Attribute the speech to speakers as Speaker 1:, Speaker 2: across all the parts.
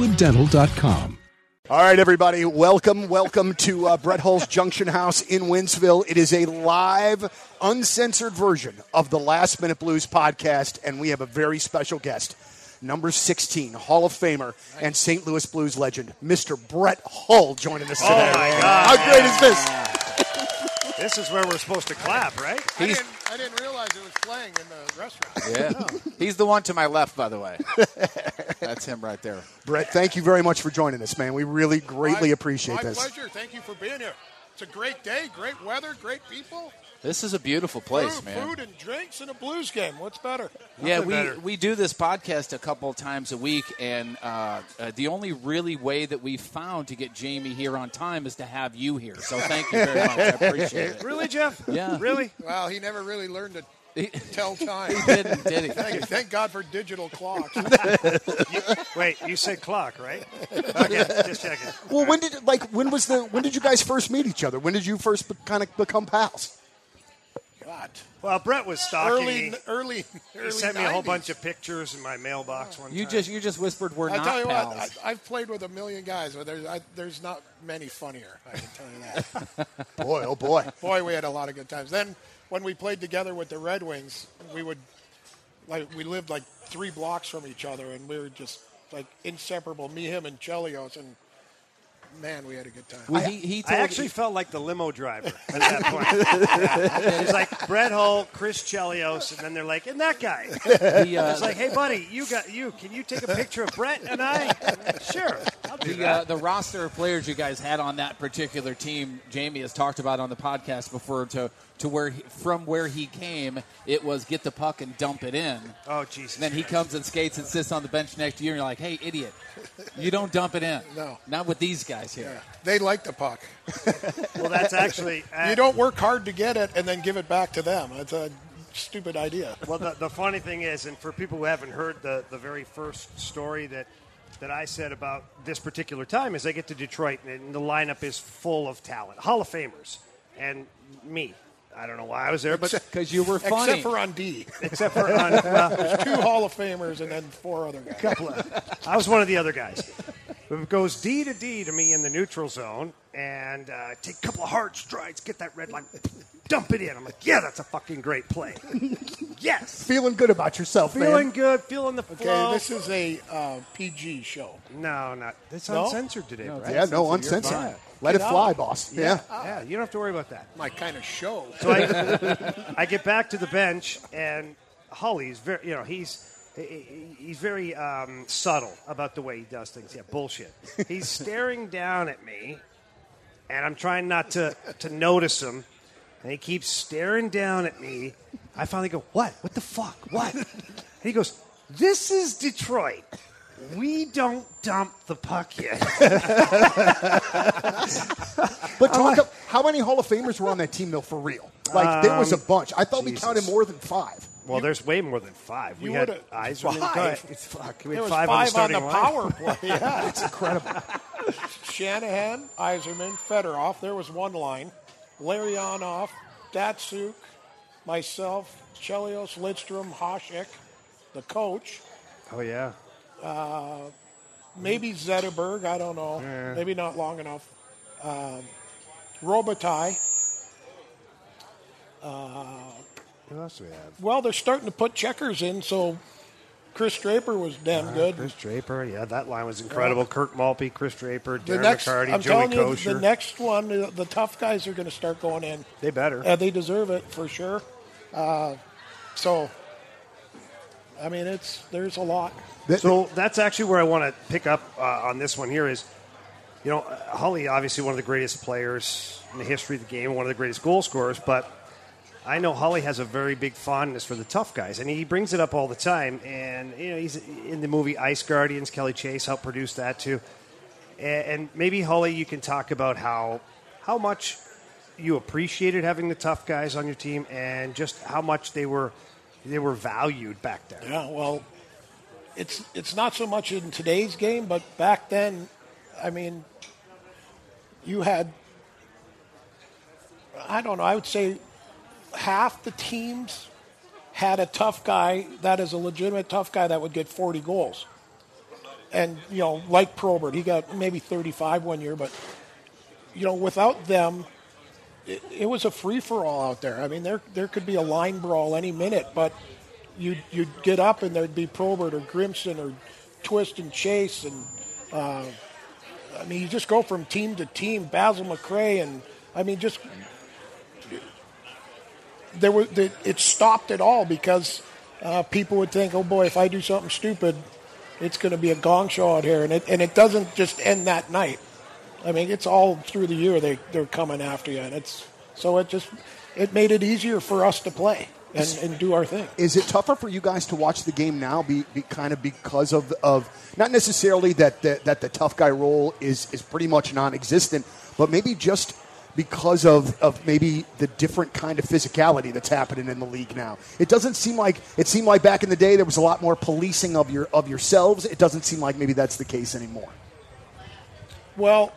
Speaker 1: All right, everybody, welcome, welcome to uh, Brett Hull's Junction House in Winsville. It is a live, uncensored version of the Last Minute Blues podcast, and we have a very special guest, number 16, Hall of Famer and St. Louis Blues legend, Mr. Brett Hull, joining us
Speaker 2: Oh,
Speaker 1: today.
Speaker 3: my God.
Speaker 1: How great is this?
Speaker 3: This is where we're supposed to clap, right?
Speaker 2: I didn't, I didn't realize it was playing in the restaurant.
Speaker 4: Yeah. He's the one to my left, by the way. That's him right there.
Speaker 1: Brett, thank you very much for joining us, man. We really greatly
Speaker 2: My-
Speaker 1: appreciate
Speaker 2: my
Speaker 1: this.
Speaker 2: pleasure. Thank you for being here. It's a great day, great weather, great people,
Speaker 4: This is a beautiful place,
Speaker 2: food,
Speaker 4: man.
Speaker 2: food and drinks, and a blues game. What's better?
Speaker 4: yeah,
Speaker 2: Nothing
Speaker 4: we,
Speaker 2: better.
Speaker 4: we do this podcast a couple times a week, and uh, uh, the only really way that we found to get Jamie here on time is to have you here. So thank you very much. I appreciate it.
Speaker 3: Really, Jeff?
Speaker 4: Yeah.
Speaker 3: Really?
Speaker 2: Wow, he never really learned to
Speaker 4: He
Speaker 2: tell time.
Speaker 4: didn't, did he?
Speaker 2: Thank, thank God for digital clocks.
Speaker 3: Wait, you said clock, right? Okay, just checking.
Speaker 1: Well, when did like when was the when did you guys first meet each other? When did you first be, kind of become pals?
Speaker 2: God.
Speaker 3: Well, Brett was stalking
Speaker 2: Early,
Speaker 3: me.
Speaker 2: early, early.
Speaker 3: He sent me a whole
Speaker 2: 90s.
Speaker 3: bunch of pictures in my mailbox one
Speaker 4: You
Speaker 3: time.
Speaker 4: just you just whispered we're
Speaker 2: I
Speaker 4: not
Speaker 2: tell you
Speaker 4: pals.
Speaker 2: what, I, I've played with a million guys, but there's, I, there's not many funnier. I can tell you that.
Speaker 1: Boy, oh boy!
Speaker 2: boy, we had a lot of good times. Then when we played together with the Red Wings, we would like we lived like three blocks from each other, and we were just like inseparable. Me, him, and Chelios, and man, we had a good time.
Speaker 4: Well, he, he
Speaker 3: I
Speaker 4: told
Speaker 3: actually felt like the limo driver at that point. Yeah. It's like Brett Hull, Chris Chelios, and then they're like, and that guy.
Speaker 4: the, uh,
Speaker 3: It's like, hey, buddy, you got you. Can you take a picture of Brett and I? Sure. I'll do
Speaker 4: the, uh, the roster of players you guys had on that particular team, Jamie has talked about on the podcast before. To to where he, from where he came, it was get the puck and dump it in.
Speaker 3: Oh, Jesus.
Speaker 4: And then he
Speaker 3: Christ.
Speaker 4: comes and skates and sits on the bench next to you, and you're like, "Hey, idiot, you don't dump it in.
Speaker 2: No.
Speaker 4: not with these guys here.
Speaker 2: they like the puck.
Speaker 3: Well, that's actually.
Speaker 2: You don't work hard to get it and then give it back to them. That's a stupid idea.
Speaker 3: Well, the, the funny thing is, and for people who haven't heard the, the very first story that that I said about this particular time is I get to Detroit and the lineup is full of talent, Hall of Famers, and me. I don't know why I was there, but
Speaker 4: Because you were funny.
Speaker 2: Except for on D,
Speaker 3: except for on, well,
Speaker 2: two Hall of Famers and then four other guys.
Speaker 3: couple of- I was one of the other guys. It goes D to D to me in the neutral zone, and uh, take a couple of hard strides, get that red line, dump it in. I'm like, yeah, that's a fucking great play. yes,
Speaker 1: Feeling good about yourself,
Speaker 3: feeling
Speaker 1: man.
Speaker 3: good, feeling the
Speaker 2: Okay,
Speaker 3: flow.
Speaker 2: this is a uh, PG show.
Speaker 3: No, not it's
Speaker 2: No?
Speaker 3: uncensored today, Brett.
Speaker 1: Yeah, no, uncensored. Let it
Speaker 2: Get
Speaker 1: fly,
Speaker 2: out.
Speaker 1: boss. Yeah.
Speaker 3: Yeah, yeah, you don't have to worry about that.
Speaker 2: My kind of show.
Speaker 3: So I, I get back to the bench, and Holly's very, you know, he's he- he- he's very um, subtle about the way he does things. Yeah, bullshit. He's staring down at me, and I'm trying not to to notice him, and he keeps staring down at me. I finally go, "What? What the fuck? What?" And he goes, "This is Detroit." We don't dump the puck yet.
Speaker 1: But talk up, how many Hall of Famers were on that team though for real? Like there was a bunch. I thought we counted more than five.
Speaker 3: Well, there's way more than five. We
Speaker 2: you
Speaker 3: had
Speaker 2: would've-
Speaker 3: Iserman.
Speaker 2: Five?
Speaker 3: It's fuck. We
Speaker 2: There was
Speaker 3: had five, on
Speaker 2: five on
Speaker 3: the starting
Speaker 2: the
Speaker 3: lineup.
Speaker 2: power play. Yeah.
Speaker 1: It's incredible.
Speaker 2: Shanahan, Iserman, Fedorov. There was one line. Larionov, Datsuk, myself, Chelios, Lidstrom, Hoshek, the coach.
Speaker 3: Oh yeah.
Speaker 2: Maybe Zetterberg. I don't know. Maybe not long enough. Um, Robitaille.
Speaker 3: Who else do we have?
Speaker 2: Well, they're starting to put checkers in, so Chris Draper was damn good.
Speaker 3: Chris Draper, yeah, that line was incredible. Kirk Malpe, Chris Draper,
Speaker 2: the
Speaker 3: Darren
Speaker 2: next,
Speaker 3: McCarty,
Speaker 2: I'm
Speaker 3: Joey
Speaker 2: telling you,
Speaker 3: Kosher.
Speaker 2: the next one, the, the tough guys are going to start going in.
Speaker 3: they better.
Speaker 2: Uh, they deserve it for sure. Uh, so, I mean, it's there's a lot.
Speaker 3: so that's actually where I want to pick up uh, on this one here is, you know, Holly, obviously one of the greatest players in the history of the game, one of the greatest goal scorers, but I know Holly has a very big fondness for the tough guys, and he brings it up all the time. And you know, he's in the movie Ice Guardians. Kelly Chase helped produce that too. A- And maybe Holly, you can talk about how how much you appreciated having the tough guys on your team, and just how much they were they were valued back then.
Speaker 2: Yeah, well, it's it's not so much in today's game, but back then, I mean, you had I don't know, I would say half the teams had a tough guy that is a legitimate tough guy that would get 40 goals. And you know, like Probert, he got maybe 35 one year, but you know, without them it, it was a free for all out there. I mean, there there could be a line brawl any minute, but you'd, you'd get up and there'd be Probert or Grimson or Twist and Chase. And uh, I mean, you just go from team to team, Basil McRae. And I mean, just there were, the, it stopped it all because uh, people would think, oh boy, if I do something stupid, it's going to be a gong show out here. And it, and it doesn't just end that night. I mean, it's all through the year they, they're coming after you. And it's, so it just, it made it easier for us to play and, and do our thing.
Speaker 1: Is it tougher for you guys to watch the game now? Be, be kind of because of, of not necessarily that the, that the tough guy role is is pretty much non-existent, but maybe just because of, of maybe the different kind of physicality that's happening in the league now. It doesn't seem like it seemed like back in the day there was a lot more policing of your of yourselves. It doesn't seem like maybe that's the case anymore.
Speaker 2: Well,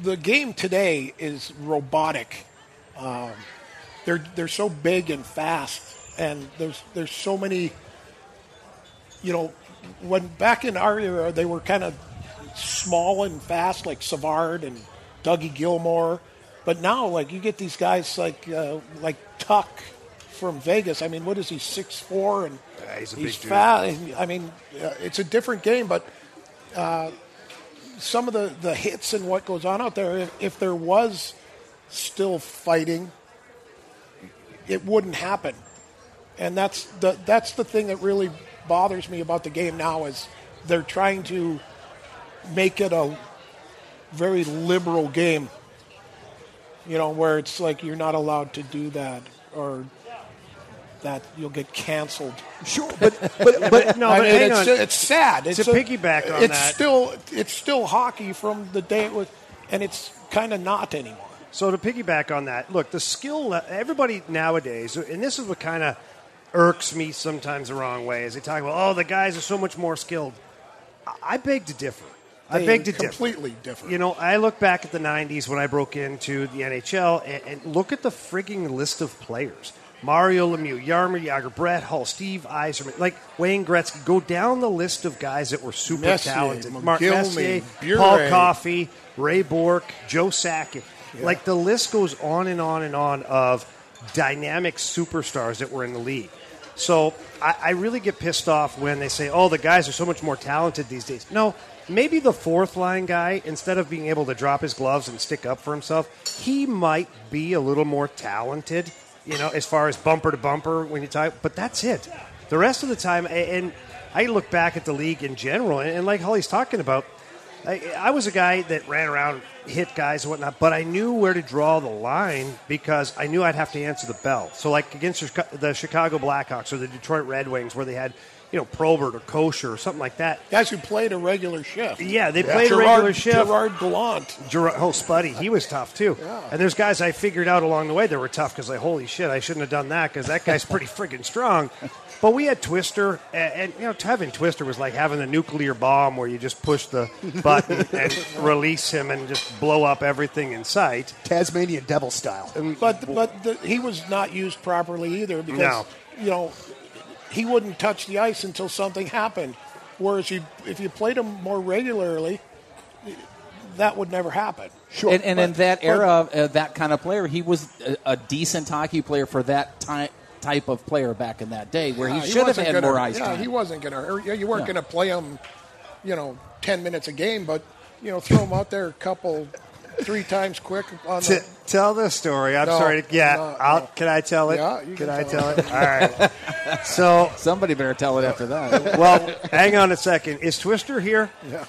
Speaker 2: the game today is robotic. Um, they're they're so big and fast, and there's there's so many. You know, when back in our era, they were kind of small and fast, like Savard and Dougie Gilmore. But now, like you get these guys like uh, like Tuck from Vegas. I mean, what is he six four and
Speaker 3: Yeah, he's a big dude.
Speaker 2: fat. I mean, uh, it's a different game, but uh, some of the, the hits and what goes on out there, if, if there was still fighting, it wouldn't happen. And that's the that's the thing that really bothers me about the game now is they're trying to make it a very liberal game. You know, where it's like you're not allowed to do that or that you'll get canceled.
Speaker 1: Sure, but but, but
Speaker 3: No,
Speaker 2: I
Speaker 3: but
Speaker 2: mean,
Speaker 3: hang
Speaker 2: it's,
Speaker 3: on.
Speaker 2: it's sad. It's
Speaker 3: To piggyback on
Speaker 2: it's
Speaker 3: that-
Speaker 2: still it's still hockey from the day it was, and it's kind of not anymore.
Speaker 3: So to piggyback on that, look, the skill le- everybody nowadays, and this is what kind of irks me sometimes the wrong way, is they talk about, oh, the guys are so much more skilled. I- I beg to differ. I
Speaker 2: They
Speaker 3: beg to
Speaker 2: completely
Speaker 3: differ.
Speaker 2: differ.
Speaker 3: You know, I look back at the '90s when I broke into the NHL, and, and look at the frigging list of players: Mario Lemieux, Yarmer Yager, Brett Hull, Steve Eiserman, like Wayne Gretzky. Go down the list of guys that were super
Speaker 2: Messier,
Speaker 3: talented: Mark
Speaker 2: McGillney,
Speaker 3: Messier, Paul
Speaker 2: Bure.
Speaker 3: Coffey. Coffey, Ray Bork, Joe Sackett. Like the list goes on and on and on of dynamic superstars that were in the league. So I, I really get pissed off when they say, oh, the guys are so much more talented these days. No, maybe the fourth line guy, instead of being able to drop his gloves and stick up for himself, he might be a little more talented, you know, as far as bumper to bumper when you type, but that's it. The rest of the time, a- and I look back at the league in general, and and like Holly's talking about, I, I was a guy that ran around, hit guys and whatnot, but I knew where to draw the line because I knew I'd have to answer the bell. So, like against the Chica- the Chicago Blackhawks or the Detroit Red Wings, where they had, you know, Probert or Kosher or something like that.
Speaker 2: Guys who played a regular shift.
Speaker 3: Yeah, they played a
Speaker 2: Gerard,
Speaker 3: regular shift.
Speaker 2: Gerard Gallant.
Speaker 3: Gerard, oh, Spuddy, he was tough too.
Speaker 2: Yeah.
Speaker 3: And there's guys I figured out along the way that were tough because, like, holy shit, I shouldn't have done that because that guy's pretty friggin' strong. But we had Twister, and, and you know, having Twister was like having a nuclear bomb where you just push the button and release him and just blow up everything in sight.
Speaker 1: Tasmanian devil style.
Speaker 2: But but the, he was not used properly either because
Speaker 3: No.
Speaker 2: you know he wouldn't touch the ice until something happened. Whereas you if you played him more regularly, that would never happen.
Speaker 1: Sure,
Speaker 4: And, and in
Speaker 2: But-
Speaker 4: that
Speaker 2: but-
Speaker 4: era, uh, that kind of player, he was a, a decent hockey player for that ty- type of player back in that day, where
Speaker 2: Yeah,
Speaker 4: he should have
Speaker 2: wasn't
Speaker 4: had
Speaker 2: gonna-
Speaker 4: more ice
Speaker 2: Yeah,
Speaker 4: time.
Speaker 2: he wasn't going to. You weren't
Speaker 4: Yeah.
Speaker 2: going to play him, you know, ten minutes a game, but you know, throw him out there a couple, three times quick on
Speaker 3: T-
Speaker 2: the.
Speaker 3: tell the story. I'm
Speaker 2: No,
Speaker 3: sorry. Yeah,
Speaker 2: no,
Speaker 3: I'll,
Speaker 2: no.
Speaker 3: can I tell it?
Speaker 2: Yeah, you
Speaker 3: can
Speaker 2: can
Speaker 3: I tell
Speaker 2: tell
Speaker 3: it? All right. So,
Speaker 4: Somebody better tell it after that.
Speaker 3: well, hang on a second. Is Twister here?
Speaker 2: Yeah.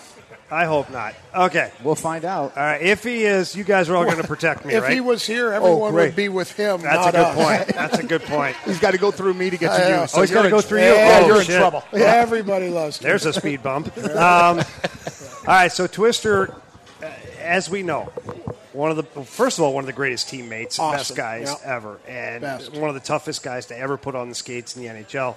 Speaker 3: I hope not. Okay.
Speaker 5: We'll find out.
Speaker 3: All right. If he is, you guys are all going to protect me,
Speaker 2: if
Speaker 3: right?
Speaker 2: he was here, everyone
Speaker 1: great.
Speaker 2: would be with him.
Speaker 3: That's
Speaker 2: not
Speaker 3: a good
Speaker 2: us.
Speaker 3: point. That's a good point.
Speaker 1: He's got to go through me to get to you.
Speaker 2: know.
Speaker 1: So
Speaker 3: Oh, he's
Speaker 1: you're
Speaker 3: got to
Speaker 1: in
Speaker 3: go
Speaker 1: tr-
Speaker 3: through you.
Speaker 2: Yeah,
Speaker 3: oh,
Speaker 1: you're in
Speaker 3: shit.
Speaker 1: trouble.
Speaker 2: Everybody loves him.
Speaker 3: There's a speed bump. Um, all right, so Twister, uh, as we know, one of the first of all, one of the greatest teammates,
Speaker 2: Awesome.
Speaker 3: best guys
Speaker 2: Yeah.
Speaker 3: ever, and
Speaker 2: Best.
Speaker 3: one of the toughest guys to ever put on the skates in the NHL.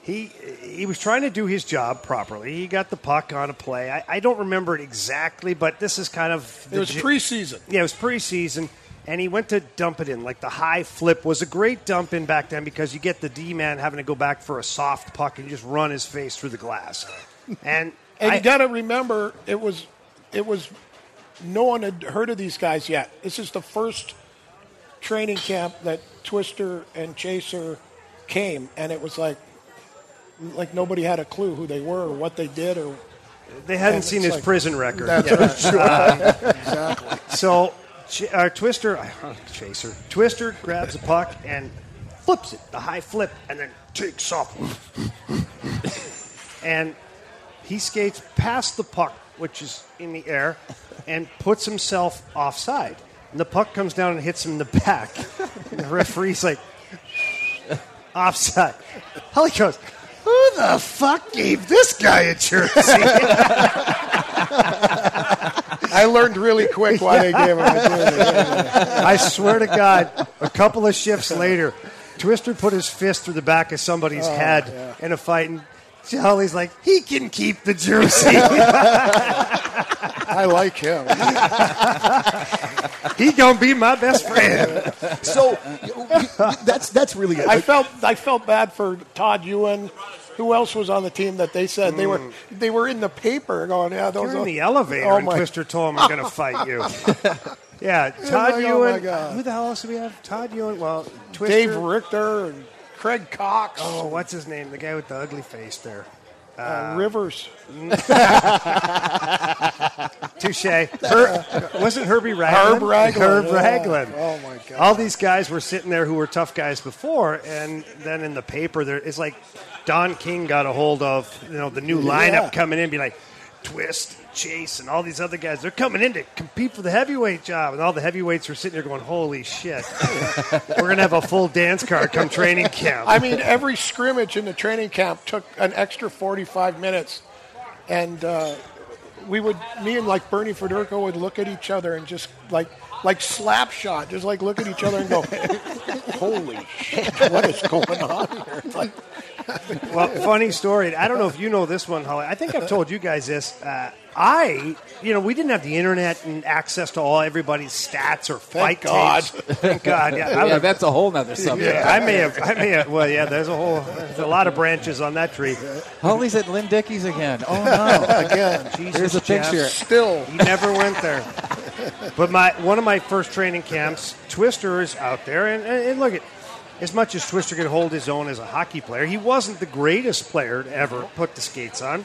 Speaker 3: He he was trying to do his job properly. He got the puck on a play. I, I don't remember it exactly, but this is kind of
Speaker 2: It was
Speaker 3: gi-
Speaker 2: preseason.
Speaker 3: yeah, it was preseason, and he went to dump it in. Like the high flip was a great dump in back then because you get the D man having to go back for a soft puck and just run his face through the glass. And,
Speaker 2: And
Speaker 3: I,
Speaker 2: you got to remember, it was, it was, no one had heard of these guys yet. This is the first training camp that Twister and Chaser came, and it was like, like nobody had a clue who they were or what they did or.
Speaker 3: they hadn't
Speaker 2: and
Speaker 3: seen
Speaker 2: it's
Speaker 3: his
Speaker 2: like-
Speaker 3: prison record.
Speaker 2: That's
Speaker 3: yet.
Speaker 2: right.
Speaker 3: So Ch- uh, Twister, Chaser, Twister grabs a puck and flips it, the high flip, and then takes off. and he skates past the puck, which is in the air, and puts himself offside. And the puck comes down and hits him in the back. And the referee's like, offside. Holly goes, who the fuck gave this guy a jersey?
Speaker 2: I learned really quick why they gave him. a jersey.
Speaker 3: I swear to God, a couple of shifts later, Twister put his fist through the back of somebody's
Speaker 2: Oh,
Speaker 3: head in a fight, and Jolly's like, he can keep the jersey.
Speaker 2: I like him.
Speaker 3: he gonna be my best friend.
Speaker 1: So that's that's really good.
Speaker 2: I felt I felt bad for Todd Ewan. Who else was on the team that they said they were
Speaker 3: Mm.
Speaker 2: they were in the paper going, yeah, those
Speaker 3: You're in
Speaker 2: are-
Speaker 3: the elevator,
Speaker 2: Oh
Speaker 3: and
Speaker 2: my-
Speaker 3: Twister told him, I'm gonna fight you. Yeah,
Speaker 2: like,
Speaker 3: Todd
Speaker 2: oh my
Speaker 3: Ewan.
Speaker 2: God.
Speaker 3: who the hell else do we have? Todd Ewan. Well, Twister.
Speaker 2: Dave Richter and Craig Cox,
Speaker 3: oh, what's his name? The guy with the ugly face there.
Speaker 2: uh, Rivers.
Speaker 3: Touche. Her, wasn't Herbie
Speaker 2: Herb
Speaker 3: Ragland?
Speaker 2: Ragland,
Speaker 3: Herb
Speaker 2: yeah.
Speaker 3: Ragland.
Speaker 2: Oh, my God.
Speaker 3: All these guys were sitting there who were tough guys before, and then in the paper, there it's like Don King got a hold of you know the new lineup
Speaker 2: Yeah.
Speaker 3: coming in, be like Twist, Chase, and all these other guys. They're coming in to compete for the heavyweight job, and all the heavyweights are sitting there going, "Holy shit, we're gonna have a full dance card come training camp."
Speaker 2: I mean, every scrimmage in the training camp took an extra 45 minutes, and uh, we would, me and like Bernie Federico would look at each other and just like, like slap shot, just like look at each other and go, "Holy shit, what is going on here?" It's Like,
Speaker 3: well, funny story. and I don't know if you know this one, Holly. I think I've told you guys this. Uh, I, you know, we didn't have the internet and access to all everybody's stats or fight
Speaker 2: God.
Speaker 3: tapes. Thank God. Yeah, I
Speaker 4: Yeah,
Speaker 3: would-
Speaker 4: that's a whole nother subject.
Speaker 3: yeah, I may have. I may have. Well, yeah. There's a whole. There's a lot of branches on that tree.
Speaker 4: Holly's Oh, at Lynn Dickey's again. Oh no!
Speaker 2: again,
Speaker 4: Here's a
Speaker 3: Jeff.
Speaker 4: picture.
Speaker 2: still
Speaker 3: He never went there. But my one of my first training camps, Twister is out there, and, and, and look at as much as Twister could hold his own as a hockey player, he wasn't the greatest player to ever put the skates on.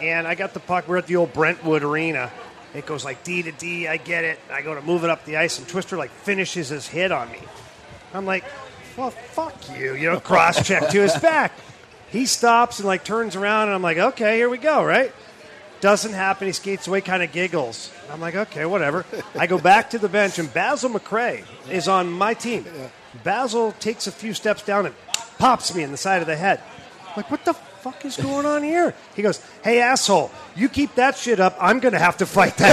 Speaker 3: And I got the puck. We're at the old Brentwood Arena. It goes like D to D. I get it. I go to move it up the ice, and Twister like finishes his hit on me. I'm like, well, fuck you. You know, cross check to his back. He stops and like turns around, and I'm like, okay, here we go, right? Doesn't happen. He skates away, kind of giggles. I'm like, okay, whatever. I go back to the bench, and Basil McRae is on my team. Basil takes a few steps down and pops me in the side of the head. I'm like, what the fuck is going on here? He goes, hey, asshole, you keep that shit up. I'm going to have to fight that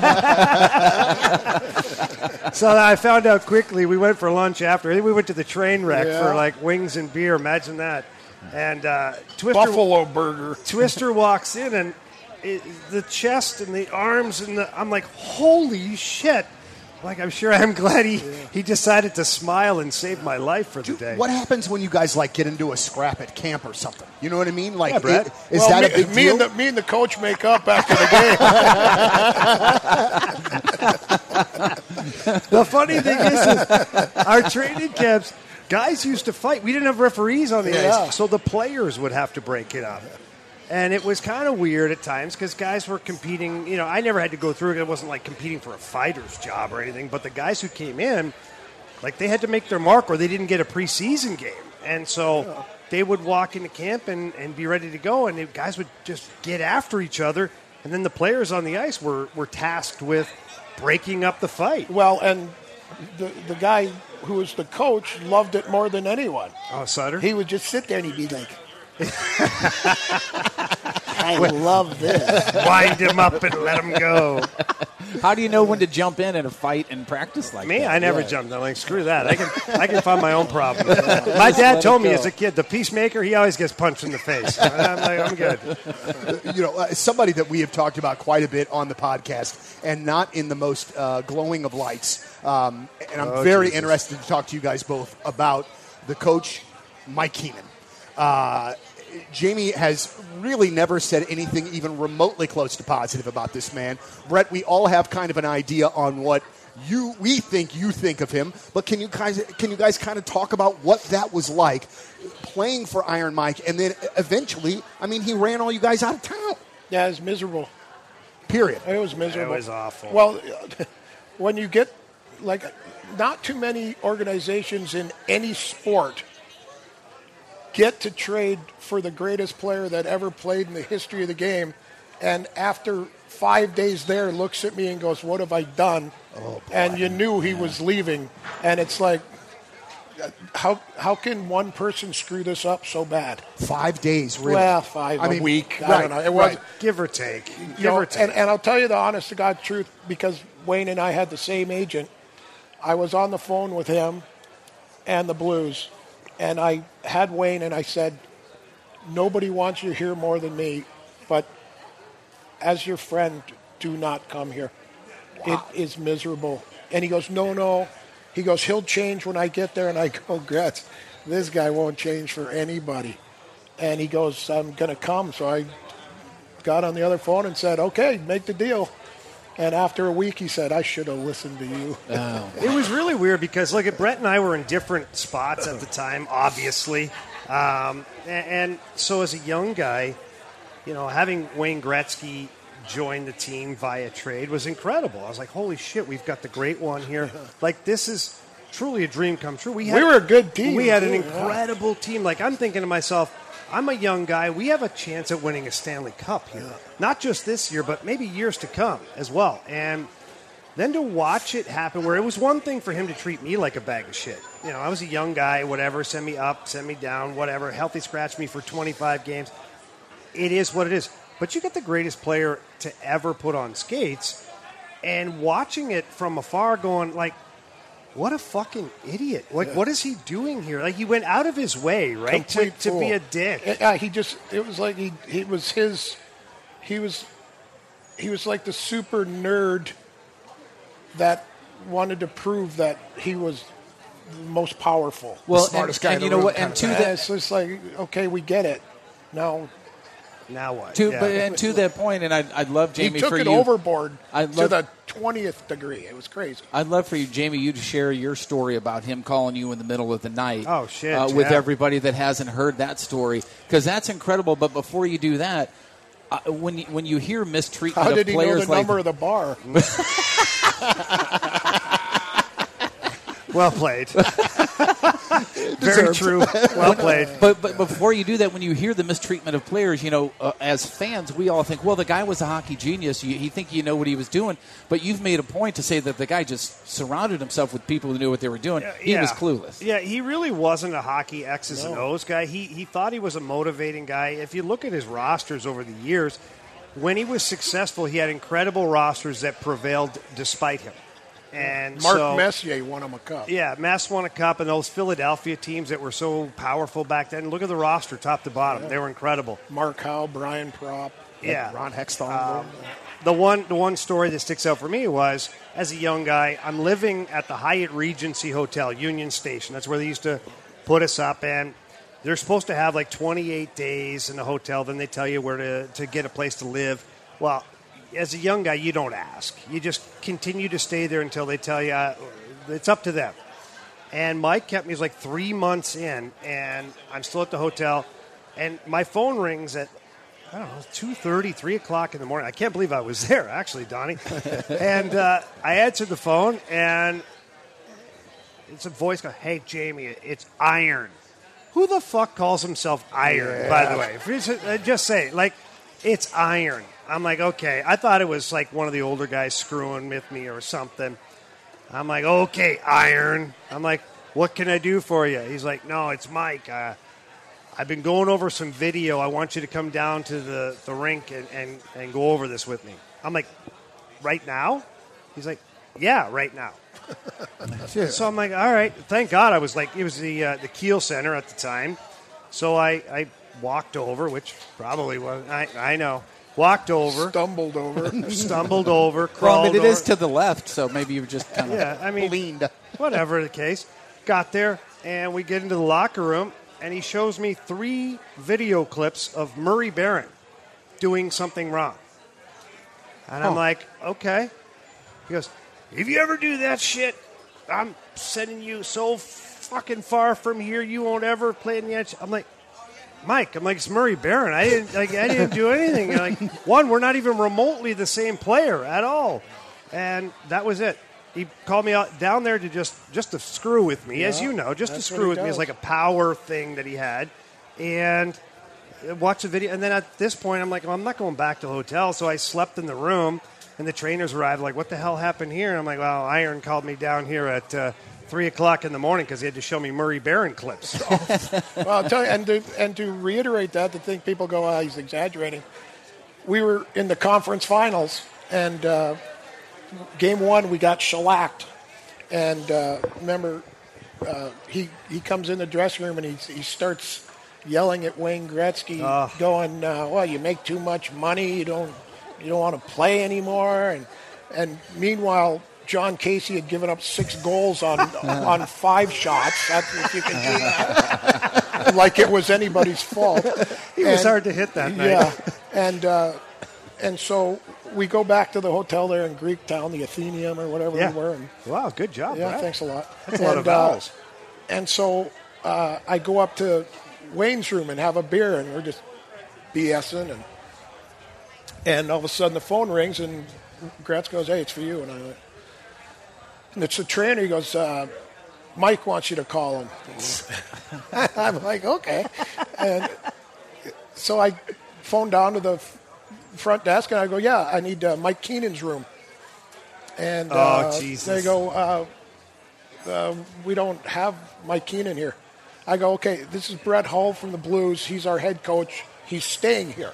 Speaker 3: guy. so I found out quickly. We went for lunch after. I think we went to the train wreck
Speaker 2: Yeah.
Speaker 3: for like wings and beer. Imagine that. And uh, Twister.
Speaker 2: Buffalo burger.
Speaker 3: Twister walks in and it, the chest and the arms and the, I'm like, holy shit! Like I'm sure I'm glad he he decided to smile and save my life for the day.
Speaker 1: what happens when you guys like get into a scrap at camp or something? You know what I mean? Like,
Speaker 3: Yeah, Brett.
Speaker 1: it- is
Speaker 2: well,
Speaker 1: that
Speaker 2: me,
Speaker 1: a big
Speaker 2: me
Speaker 1: deal?
Speaker 2: and the me and the coach make up after the game.
Speaker 3: The funny thing is, is our training camps, guys used to fight. We didn't have referees on the
Speaker 2: Yeah.
Speaker 3: ice, so the players would have to break it up. And it was kind of weird at times because guys were competing. You know, I never had to go through it. It wasn't like competing for a fighter's job or anything. But the guys who came in, like they had to make their mark or they didn't get a preseason game. And so they would walk into camp and, and be ready to go, and the guys would just get after each other. And then the players on the ice were, were tasked with breaking up the fight.
Speaker 2: Well, and the the guy who was the coach loved it more than anyone.
Speaker 3: Oh, Sutter?
Speaker 2: He would just sit there and he'd be like, "I love this."
Speaker 3: wind him up and let him go.
Speaker 4: How do you know when to jump in in a fight and practice like
Speaker 3: Me,
Speaker 4: that?
Speaker 3: I never
Speaker 2: yeah.
Speaker 3: jumped. I'm like, screw that. I can, I can find my own problem. My dad told me
Speaker 4: go.
Speaker 3: as a kid, the peacemaker, he always gets punched in the face. And I'm like, I'm good.
Speaker 1: you know, uh, somebody that we have talked about quite a bit on the podcast, and not in the most uh, glowing of lights. Um, and I'm
Speaker 3: Oh,
Speaker 1: very
Speaker 3: Jesus.
Speaker 1: interested to talk to you guys both about the coach, Mike Keenan. Uh, Jamie has really never said anything even remotely close to positive about this man. Brett, we all have kind of an idea on what you we think you think of him, but can you guys can you guys kind of talk about what that was like playing for Iron Mike and then eventually, I mean, he ran all you guys out of town.
Speaker 2: Yeah, it's miserable.
Speaker 1: Period.
Speaker 2: It was miserable.
Speaker 3: was awful.
Speaker 2: Well, when you get like not too many organizations in any sport get to trade for the greatest player that ever played in the history of the game, and after five days there, looks at me and goes, "What have I done?"
Speaker 1: Oh,
Speaker 2: and you knew he was leaving, and it's like, how how can one person screw this up so bad?
Speaker 1: Five days, really.
Speaker 2: Well, five
Speaker 1: I
Speaker 2: a
Speaker 1: mean,
Speaker 2: week. I
Speaker 1: right,
Speaker 2: don't know. It was
Speaker 1: right.
Speaker 3: Give or take. Give
Speaker 2: you know,
Speaker 3: or take.
Speaker 2: and, and I'll tell you the honest to God truth because Wayne and I had the same agent. I was on the phone with him and the Blues, and I had Wayne and I said, Nobody wants you here more than me, but as your friend, do not come here. It is miserable. And he goes, No, no. He goes, He'll change when I get there. And I go, Guts, this guy won't change for anybody. And he goes, I'm going to come. So I got on the other phone and said, "Okay, make the deal." And after a week, he said, "I should have listened to you."
Speaker 4: Uh-huh.
Speaker 3: It was really weird because look, at Brett and I were in different spots at the time, obviously, um, a- and, so as a young guy, you know, having Wayne Gretzky join the team via trade was incredible. I was like, holy shit, we've got the great one here. Like this is truly a dream come true. We, had,
Speaker 2: were a good team,
Speaker 3: We had an
Speaker 2: too, yeah.
Speaker 3: incredible team. Like I'm thinking to myself. I'm a young guy. We have a chance at winning a Stanley Cup here. Not just this year, but maybe years to come as well. And then to watch it happen, where it was one thing for him to treat me like a bag of shit. You know, I was a young guy, whatever, send me up, send me down, whatever, healthy scratch me for 25 games. It is what it is. But you get the greatest player to ever put on skates, and watching it from afar, going like, what a fucking idiot. Like, what is he doing here? Like, he went out of his way, right? To,
Speaker 2: Complete
Speaker 3: to be
Speaker 2: fool. Eh,
Speaker 3: a dick.
Speaker 2: Yeah, he just it was like he it was his he was he was like the super nerd that wanted to prove that he was the most powerful.
Speaker 4: Well, and-
Speaker 1: smartest guy in
Speaker 4: and
Speaker 1: the
Speaker 4: you know
Speaker 1: room
Speaker 4: what?
Speaker 1: kind
Speaker 4: And
Speaker 1: of
Speaker 4: to
Speaker 2: And
Speaker 4: that,
Speaker 2: it's just like okay, we get it. Now
Speaker 3: now what?
Speaker 4: to,
Speaker 3: Yeah.
Speaker 4: but, and to that point, and I'd, I'd love Jamie
Speaker 2: he took
Speaker 4: for
Speaker 2: it
Speaker 4: you.
Speaker 2: overboard
Speaker 4: I
Speaker 2: to
Speaker 4: love-
Speaker 2: the twentieth degree. It was crazy.
Speaker 4: I'd love for you, Jamie, you to share your story about him calling you in the middle of the night.
Speaker 3: Oh, shit,
Speaker 4: Uh, with
Speaker 3: yeah.
Speaker 4: everybody that hasn't heard that story, because that's incredible. But before you do that, uh, when you, when you hear mistreatment
Speaker 2: How
Speaker 4: of
Speaker 2: did he know
Speaker 4: players
Speaker 2: the
Speaker 4: like Mm-hmm.
Speaker 2: number of the bar?
Speaker 3: well played. Very true. Well played.
Speaker 4: But but before you do that, when you hear the mistreatment of players, you know, uh, as fans, we all think, well, the guy was a hockey genius. You, you think you know what he was doing, but you've made a point to say that the guy just surrounded himself with people who knew what they were doing. he
Speaker 3: Yeah.
Speaker 4: was clueless.
Speaker 3: Yeah, he really wasn't a hockey X's and O's guy. He he thought he was a motivating guy. If you look at his rosters over the years, when he was successful, he had incredible rosters that prevailed despite him. And
Speaker 2: Mark
Speaker 3: so,
Speaker 2: Messier won him a cup.
Speaker 3: yeah, Mass won a cup, and those Philadelphia teams that were so powerful back then. Look at the roster, top to bottom, they were incredible.
Speaker 2: Mark Howe, Brian Prop.
Speaker 3: Yeah,
Speaker 1: Ron Hextall.
Speaker 3: the one the one story that sticks out for me was as a young guy, I'm living at the Hyatt Regency Hotel, Union Station. That's where they used to put us up, and they're supposed to have like 28 days in the hotel. Then they tell you where to to get a place to live. Well, as a young guy, you don't ask. You just continue to stay there until they tell you uh, it's up to them. And Mike kept me, he was like three months in, and I'm still at the hotel. And my phone rings at, I don't know, 2.30, 3 o'clock in the morning. I can't believe I was there, actually, Donnie. and uh, I answered the phone, and it's a voice going, hey, Jamie, it's Iron. Who the fuck calls himself Iron? By the way, If you just, uh, just say it, like it's Iron. I'm like, okay. I thought it was like one of the older guys screwing with me or something. I'm like, okay, Iron. I'm like, what can I do for you? He's like, no, it's Mike. Uh, I've been going over some video. I want you to come down to the, the rink and, and, and go over this with me. I'm like, right now? He's like, yeah, right now. So I'm like, all right. Thank God I was like, it was the uh, the Keel Center at the time. So I, I walked over, which probably was, I, I know, walked over,
Speaker 2: Stumbled over.
Speaker 3: stumbled over,
Speaker 4: Well,
Speaker 3: crawled
Speaker 4: I mean, it
Speaker 3: over.
Speaker 4: is to the left, so maybe you were just kind of.
Speaker 3: Yeah, I mean,
Speaker 5: Leaned.
Speaker 3: whatever the case. Got there, and we get into the locker room, and he shows me three video clips of Murray Barron doing something wrong. And I'm like, okay. He goes, if you ever do that shit, I'm sending you so fucking far from here, you won't ever play in the edge. I'm like, Mike, I'm like, it's Murray Barron. I didn't like I didn't do anything. Like one, we're not even remotely the same player at all. And that was it. He called me out down there to just just to screw with me, as you know, just to
Speaker 2: that's what
Speaker 3: screw
Speaker 2: he
Speaker 3: with me is
Speaker 2: does.
Speaker 3: like a power thing that he had. And watch the video. And then at this point, I'm like, well, I'm not going back to the hotel. So I slept in the room, and the trainers arrived, like, what the hell happened here? And I'm like, well, Iron called me down here at uh, 3 o'clock in the morning because he had to show me Murray Barron clips.
Speaker 2: well, I'll tell you, and to, and to reiterate that, to think people go, oh, he's exaggerating. We were in the conference finals, and uh, game one, we got shellacked. And uh, remember, uh, he, he comes in the dressing room and he, he starts yelling at Wayne Gretzky,
Speaker 3: Ah.
Speaker 2: going, uh, well, you make too much money, you don't, you don't want to play anymore. And, and meanwhile, John Casey had given up six goals on, on five shots. That's if you can do that like it was anybody's fault. He
Speaker 3: was hard to hit that night.
Speaker 2: Yeah, and uh, and so we go back to the hotel there in Greek Town, the Athenium or whatever
Speaker 3: yeah.
Speaker 2: we were. And,
Speaker 3: Wow, good job.
Speaker 2: yeah,
Speaker 3: Brad.
Speaker 2: thanks a lot.
Speaker 3: That's a lot
Speaker 2: And,
Speaker 3: of vowels.
Speaker 2: Uh, and so uh, I go up to Wayne's room and have a beer, and we're just BSing, and and all of a sudden the phone rings, and Gratz goes, "Hey, it's for you," and I went, and it's the trainer. He goes, uh, "Mike wants you to call him." I'm like, "Okay," and so I phoned down to the f- front desk, and I go, "Yeah, I need uh, Mike Keenan's room." And uh,
Speaker 3: Jesus.
Speaker 2: they go, uh, we don't have Mike Keenan here. I go, okay, this is Brett Hull from the Blues. He's our head coach. He's staying here.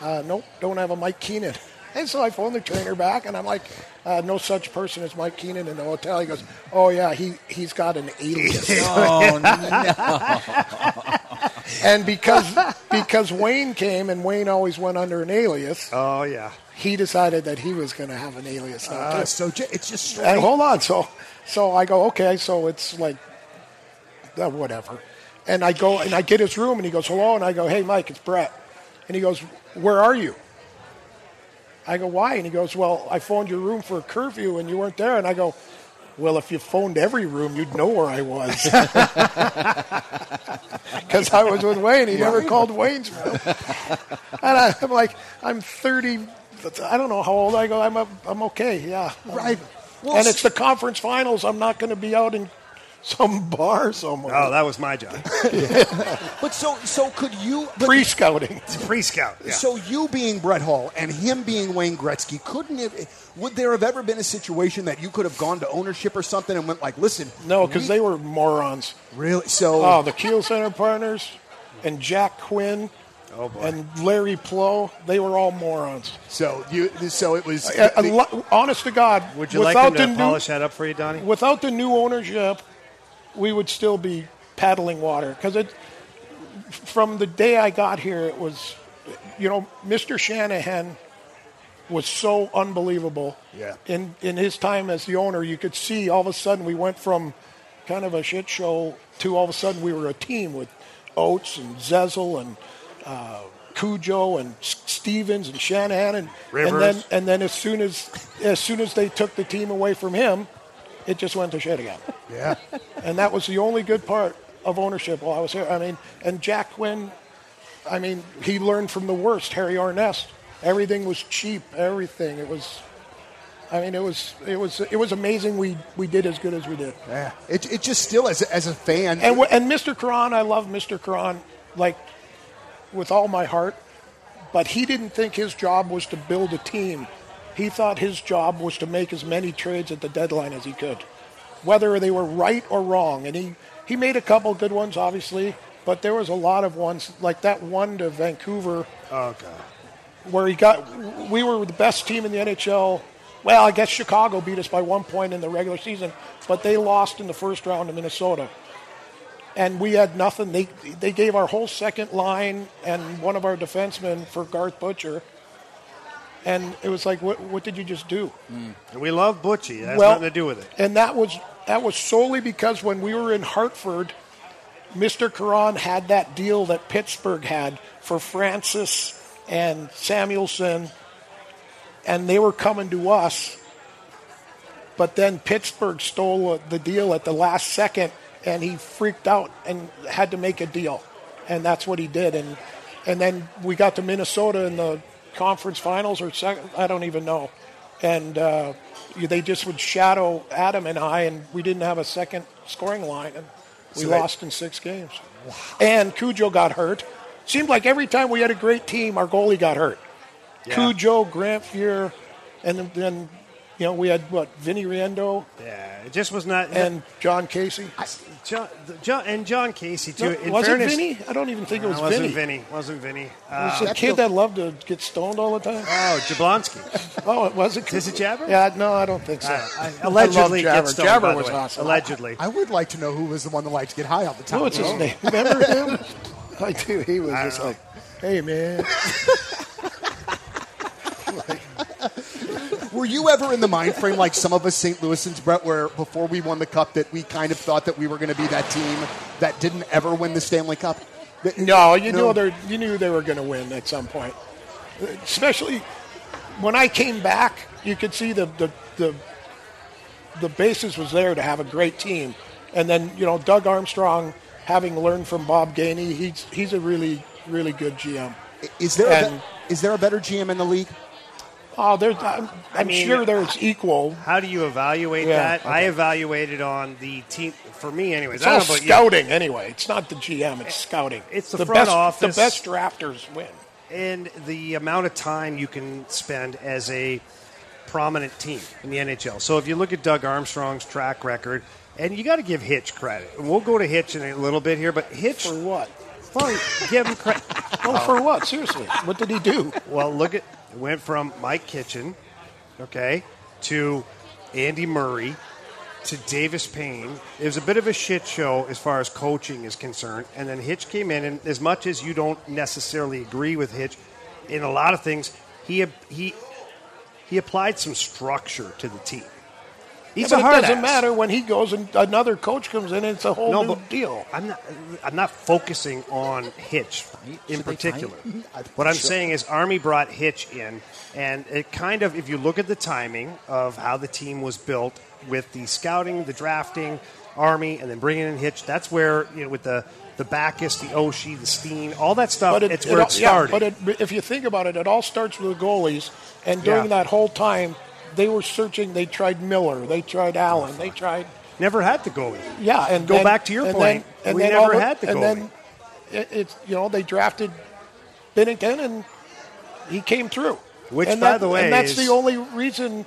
Speaker 2: Uh, nope, don't have a Mike Keenan. And so I phoned the trainer back, and I'm like, uh, no such person as Mike Keenan in the hotel. He goes, oh, yeah, he, he's got an alias.
Speaker 4: Oh, no.
Speaker 2: and because, because Wayne came, and Wayne always went under an alias,
Speaker 3: Oh, yeah.
Speaker 2: he decided that he was going to have an alias. now, too.
Speaker 5: Uh, so j- it's just straight.
Speaker 2: And hold on, so so I go, okay, so it's like uh, whatever. And I go and I get his room and he goes, Hello, and I go, Hey Mike, it's Brett. And he goes, Where are you? I go, Why? And he goes, Well, I phoned your room for a curfew and you weren't there and I go, Well, if you phoned every room you'd know where I was. Because I was with Wayne. He never called Wayne's room. And I, I'm like, I'm 30. I don't know how old I go. I'm a, I'm okay. Yeah.
Speaker 5: Right. Well,
Speaker 2: and it's the conference finals. I'm not going to be out in some bar somewhere.
Speaker 3: Oh, that was my job.
Speaker 5: But so so could you? But,
Speaker 2: Pre scouting.
Speaker 3: Pre scout. Yeah.
Speaker 5: So you being Brett Hall and him being Wayne Gretzky, couldn't have? Would there have ever been a situation that you could have gone to ownership or something and went like, "Listen,
Speaker 2: No, because
Speaker 5: we-
Speaker 2: they were morons.
Speaker 5: really." So
Speaker 2: Oh, the Keel Center partners and Jack Quinn
Speaker 3: Oh,
Speaker 2: and Larry Plo, they were all morons.
Speaker 1: So you, so it was.
Speaker 2: Uh, uh, lo- honest to God,
Speaker 3: Would you
Speaker 2: without
Speaker 3: like him
Speaker 2: the
Speaker 3: to
Speaker 2: new,
Speaker 3: polish that up for you, Donnie?
Speaker 2: without the new ownership, we would still be paddling water because it. From the day I got here, it was, you know, Mr. Shanahan was so unbelievable.
Speaker 1: Yeah.
Speaker 2: In in his time as the owner, you could see all of a sudden we went from kind of a shit show to all of a sudden we were a team with Oates and Zezel and uh, Cujo and S- Stevens and Shanahan and
Speaker 3: Rivers.
Speaker 2: and then and then as soon as as soon as they took the team away from him, it just went to shit again.
Speaker 1: yeah.
Speaker 2: And that was the only good part of ownership while I was here. I mean, and Jack Quinn, I mean, he learned from the worst, Harry Arnest. Everything was cheap, everything. It was, I mean, it was it was it was amazing. We we did as good as we did.
Speaker 1: Yeah. It, it just still, as, a- as a fan,
Speaker 2: And wh- and Mr. Cron, I love Mr. Cron like with all my heart, but he didn't think his job was to build a team. He thought his job was to make as many trades at the deadline as he could, whether they were right or wrong. And he he made a couple good ones, obviously, but there was a lot of ones like that one to Vancouver
Speaker 3: Oh god.
Speaker 2: where he got we were the best team in the NHL. Well, I guess Chicago beat us by one point in the regular season, but they lost in the first round to Minnesota. And we had nothing. They they gave our whole second line and one of our defensemen for Garth Butcher. And it was like, what, what did you just do?
Speaker 3: And we love Butchie. That has nothing to do with it.
Speaker 2: And that was that was solely because when we were in Hartford, Mr. Caron had that deal that Pittsburgh had for Francis and Samuelson, and they were coming to us. But then Pittsburgh stole the deal at the last second, and he freaked out and had to make a deal, and that's what he did. And and then we got to Minnesota in the conference finals or second, I don't even know, and uh, you- they just would shadow Adam and I, and we didn't have a second scoring line, and we
Speaker 1: So they-
Speaker 2: lost in six games. And Cujo got hurt. Seemed like every time we had a great team, our goalie got hurt. Cujo, Grant Fuhr, and then- then you know we had what Vinny Riendo
Speaker 3: Yeah, it just was not.
Speaker 2: and John Casey.
Speaker 3: John, the- John and John Casey too.
Speaker 2: No,
Speaker 3: in
Speaker 2: was
Speaker 3: fairness,
Speaker 2: it Vinny? I don't even think it
Speaker 3: No,
Speaker 2: was
Speaker 3: it wasn't
Speaker 2: Vinny.
Speaker 3: Vinny. Wasn't Vinny.
Speaker 2: It
Speaker 3: Uh,
Speaker 2: was a
Speaker 1: That's
Speaker 2: kid
Speaker 1: the-
Speaker 2: that loved to get stoned all the time.
Speaker 3: oh, Jablonski.
Speaker 2: Oh, it wasn't.
Speaker 3: Is it Jabber?
Speaker 2: Yeah, no, I don't think so.
Speaker 3: I- allegedly
Speaker 2: I love Jabber.
Speaker 3: gets stoned, by
Speaker 2: Jabber
Speaker 3: the
Speaker 2: was
Speaker 3: way.
Speaker 2: awesome.
Speaker 3: Allegedly.
Speaker 5: I would like to know who was the one that liked to get high all the time.
Speaker 2: What's
Speaker 3: Oh.
Speaker 2: his name? Remember him? I do. He was
Speaker 3: I
Speaker 2: just
Speaker 3: don't know.
Speaker 2: like, hey man.
Speaker 5: Were you ever in the mind frame like some of us St. Louisans, Brett, where before we won the cup that we kind of thought that we were going to be that team that didn't ever win the Stanley Cup? That-
Speaker 2: No, you
Speaker 5: No.
Speaker 2: knew they you knew they were going to win at some point. Especially when I came back, you could see the the the, the basis was there to have a great team. And then you know Doug Armstrong, having learned from Bob Gainey, he's he's a really really good GM.
Speaker 5: Is there a,
Speaker 2: And-
Speaker 5: be- is there a better GM in the league?
Speaker 2: Oh, there's I'm, I'm
Speaker 3: mean,
Speaker 2: sure there's equal.
Speaker 3: How do you evaluate
Speaker 2: Yeah,
Speaker 3: that? I
Speaker 2: okay.
Speaker 3: evaluated on the team. For me, anyways,
Speaker 2: It's
Speaker 3: I
Speaker 2: all
Speaker 3: don't know about you.
Speaker 2: scouting anyway. It's not the GM. It's scouting.
Speaker 3: it's the front
Speaker 2: best,
Speaker 3: office.
Speaker 2: The best drafters win.
Speaker 3: and the amount of time you can spend as a prominent team in the NHL. So if you look at Doug Armstrong's track record, and you got to give Hitch credit. And we'll go to Hitch in a little bit here, but Hitch,
Speaker 2: For what?
Speaker 3: well, give him credit.
Speaker 2: Oh, for
Speaker 3: Uh,
Speaker 2: what? Seriously, what did he do?
Speaker 3: Well, look at it went from Mike Kitchen, okay, to Andy Murray to Davis Payne. It was a bit of a shit show as far as coaching is concerned. And then Hitch came in, and as much as you don't necessarily agree with Hitch in a lot of things, he he he applied some structure to the team. He's
Speaker 2: but
Speaker 3: a hard
Speaker 2: it doesn't
Speaker 3: ass.
Speaker 2: matter when he goes and another coach comes in. It's a whole
Speaker 3: No,
Speaker 2: new
Speaker 3: but
Speaker 2: deal.
Speaker 3: I'm not. I'm not focusing on Hitch in
Speaker 4: Should they
Speaker 3: particular.
Speaker 5: fight?
Speaker 3: What I'm
Speaker 5: Sure.
Speaker 3: saying is, Army brought Hitch in, and it kind of, if you look at the timing of how the team was built with the scouting, the drafting, Army, and then bringing in Hitch, that's where you know with the the Backus, the Oshie, the Steen, all that stuff.
Speaker 2: But it,
Speaker 3: it's where it,
Speaker 2: all- yeah,
Speaker 3: started.
Speaker 2: but it, if you think about it, it all starts with the goalies. And during
Speaker 3: Yeah.
Speaker 2: that whole time, they were searching. They tried Miller. They tried Allen. they tried.
Speaker 3: Never had the goalie.
Speaker 2: Yeah, and
Speaker 3: Go
Speaker 2: then-
Speaker 3: back to your
Speaker 2: and
Speaker 3: point.
Speaker 2: Then, and
Speaker 3: We
Speaker 2: then
Speaker 3: never
Speaker 2: all the-
Speaker 3: had the
Speaker 2: and
Speaker 3: goalie.
Speaker 2: Then it, it's you know they drafted Bennington and he came through.
Speaker 3: Which,
Speaker 2: and
Speaker 3: by
Speaker 2: that-
Speaker 3: the way,
Speaker 2: and that's
Speaker 3: is-
Speaker 2: the only reason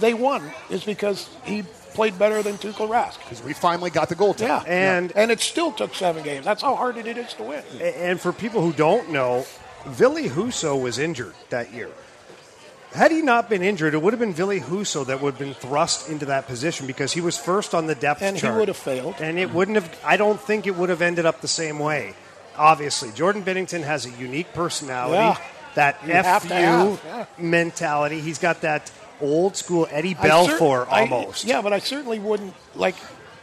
Speaker 2: they won is because he played better than Tuukka Rask.
Speaker 5: Because we finally got the goaltender.
Speaker 2: Yeah,
Speaker 3: And-
Speaker 2: and it still took seven games. That's how hard it is to win.
Speaker 3: A- And for people who don't know, Vili Huso was injured that year. Had he not been injured, it would have been Vili Huso that would have been thrust into that position because he was first on the depth
Speaker 2: And he
Speaker 3: chart.
Speaker 2: would have failed.
Speaker 3: And it wouldn't have, I don't think it would have ended up the same way. Obviously, Jordan Bennington has a unique personality,
Speaker 2: Yeah.
Speaker 3: that
Speaker 2: You have to
Speaker 3: FU
Speaker 2: have, yeah.
Speaker 3: mentality. He's got that old school Eddie
Speaker 2: I cer-
Speaker 3: Belfour
Speaker 2: I-
Speaker 3: almost.
Speaker 2: yeah, but I certainly wouldn't like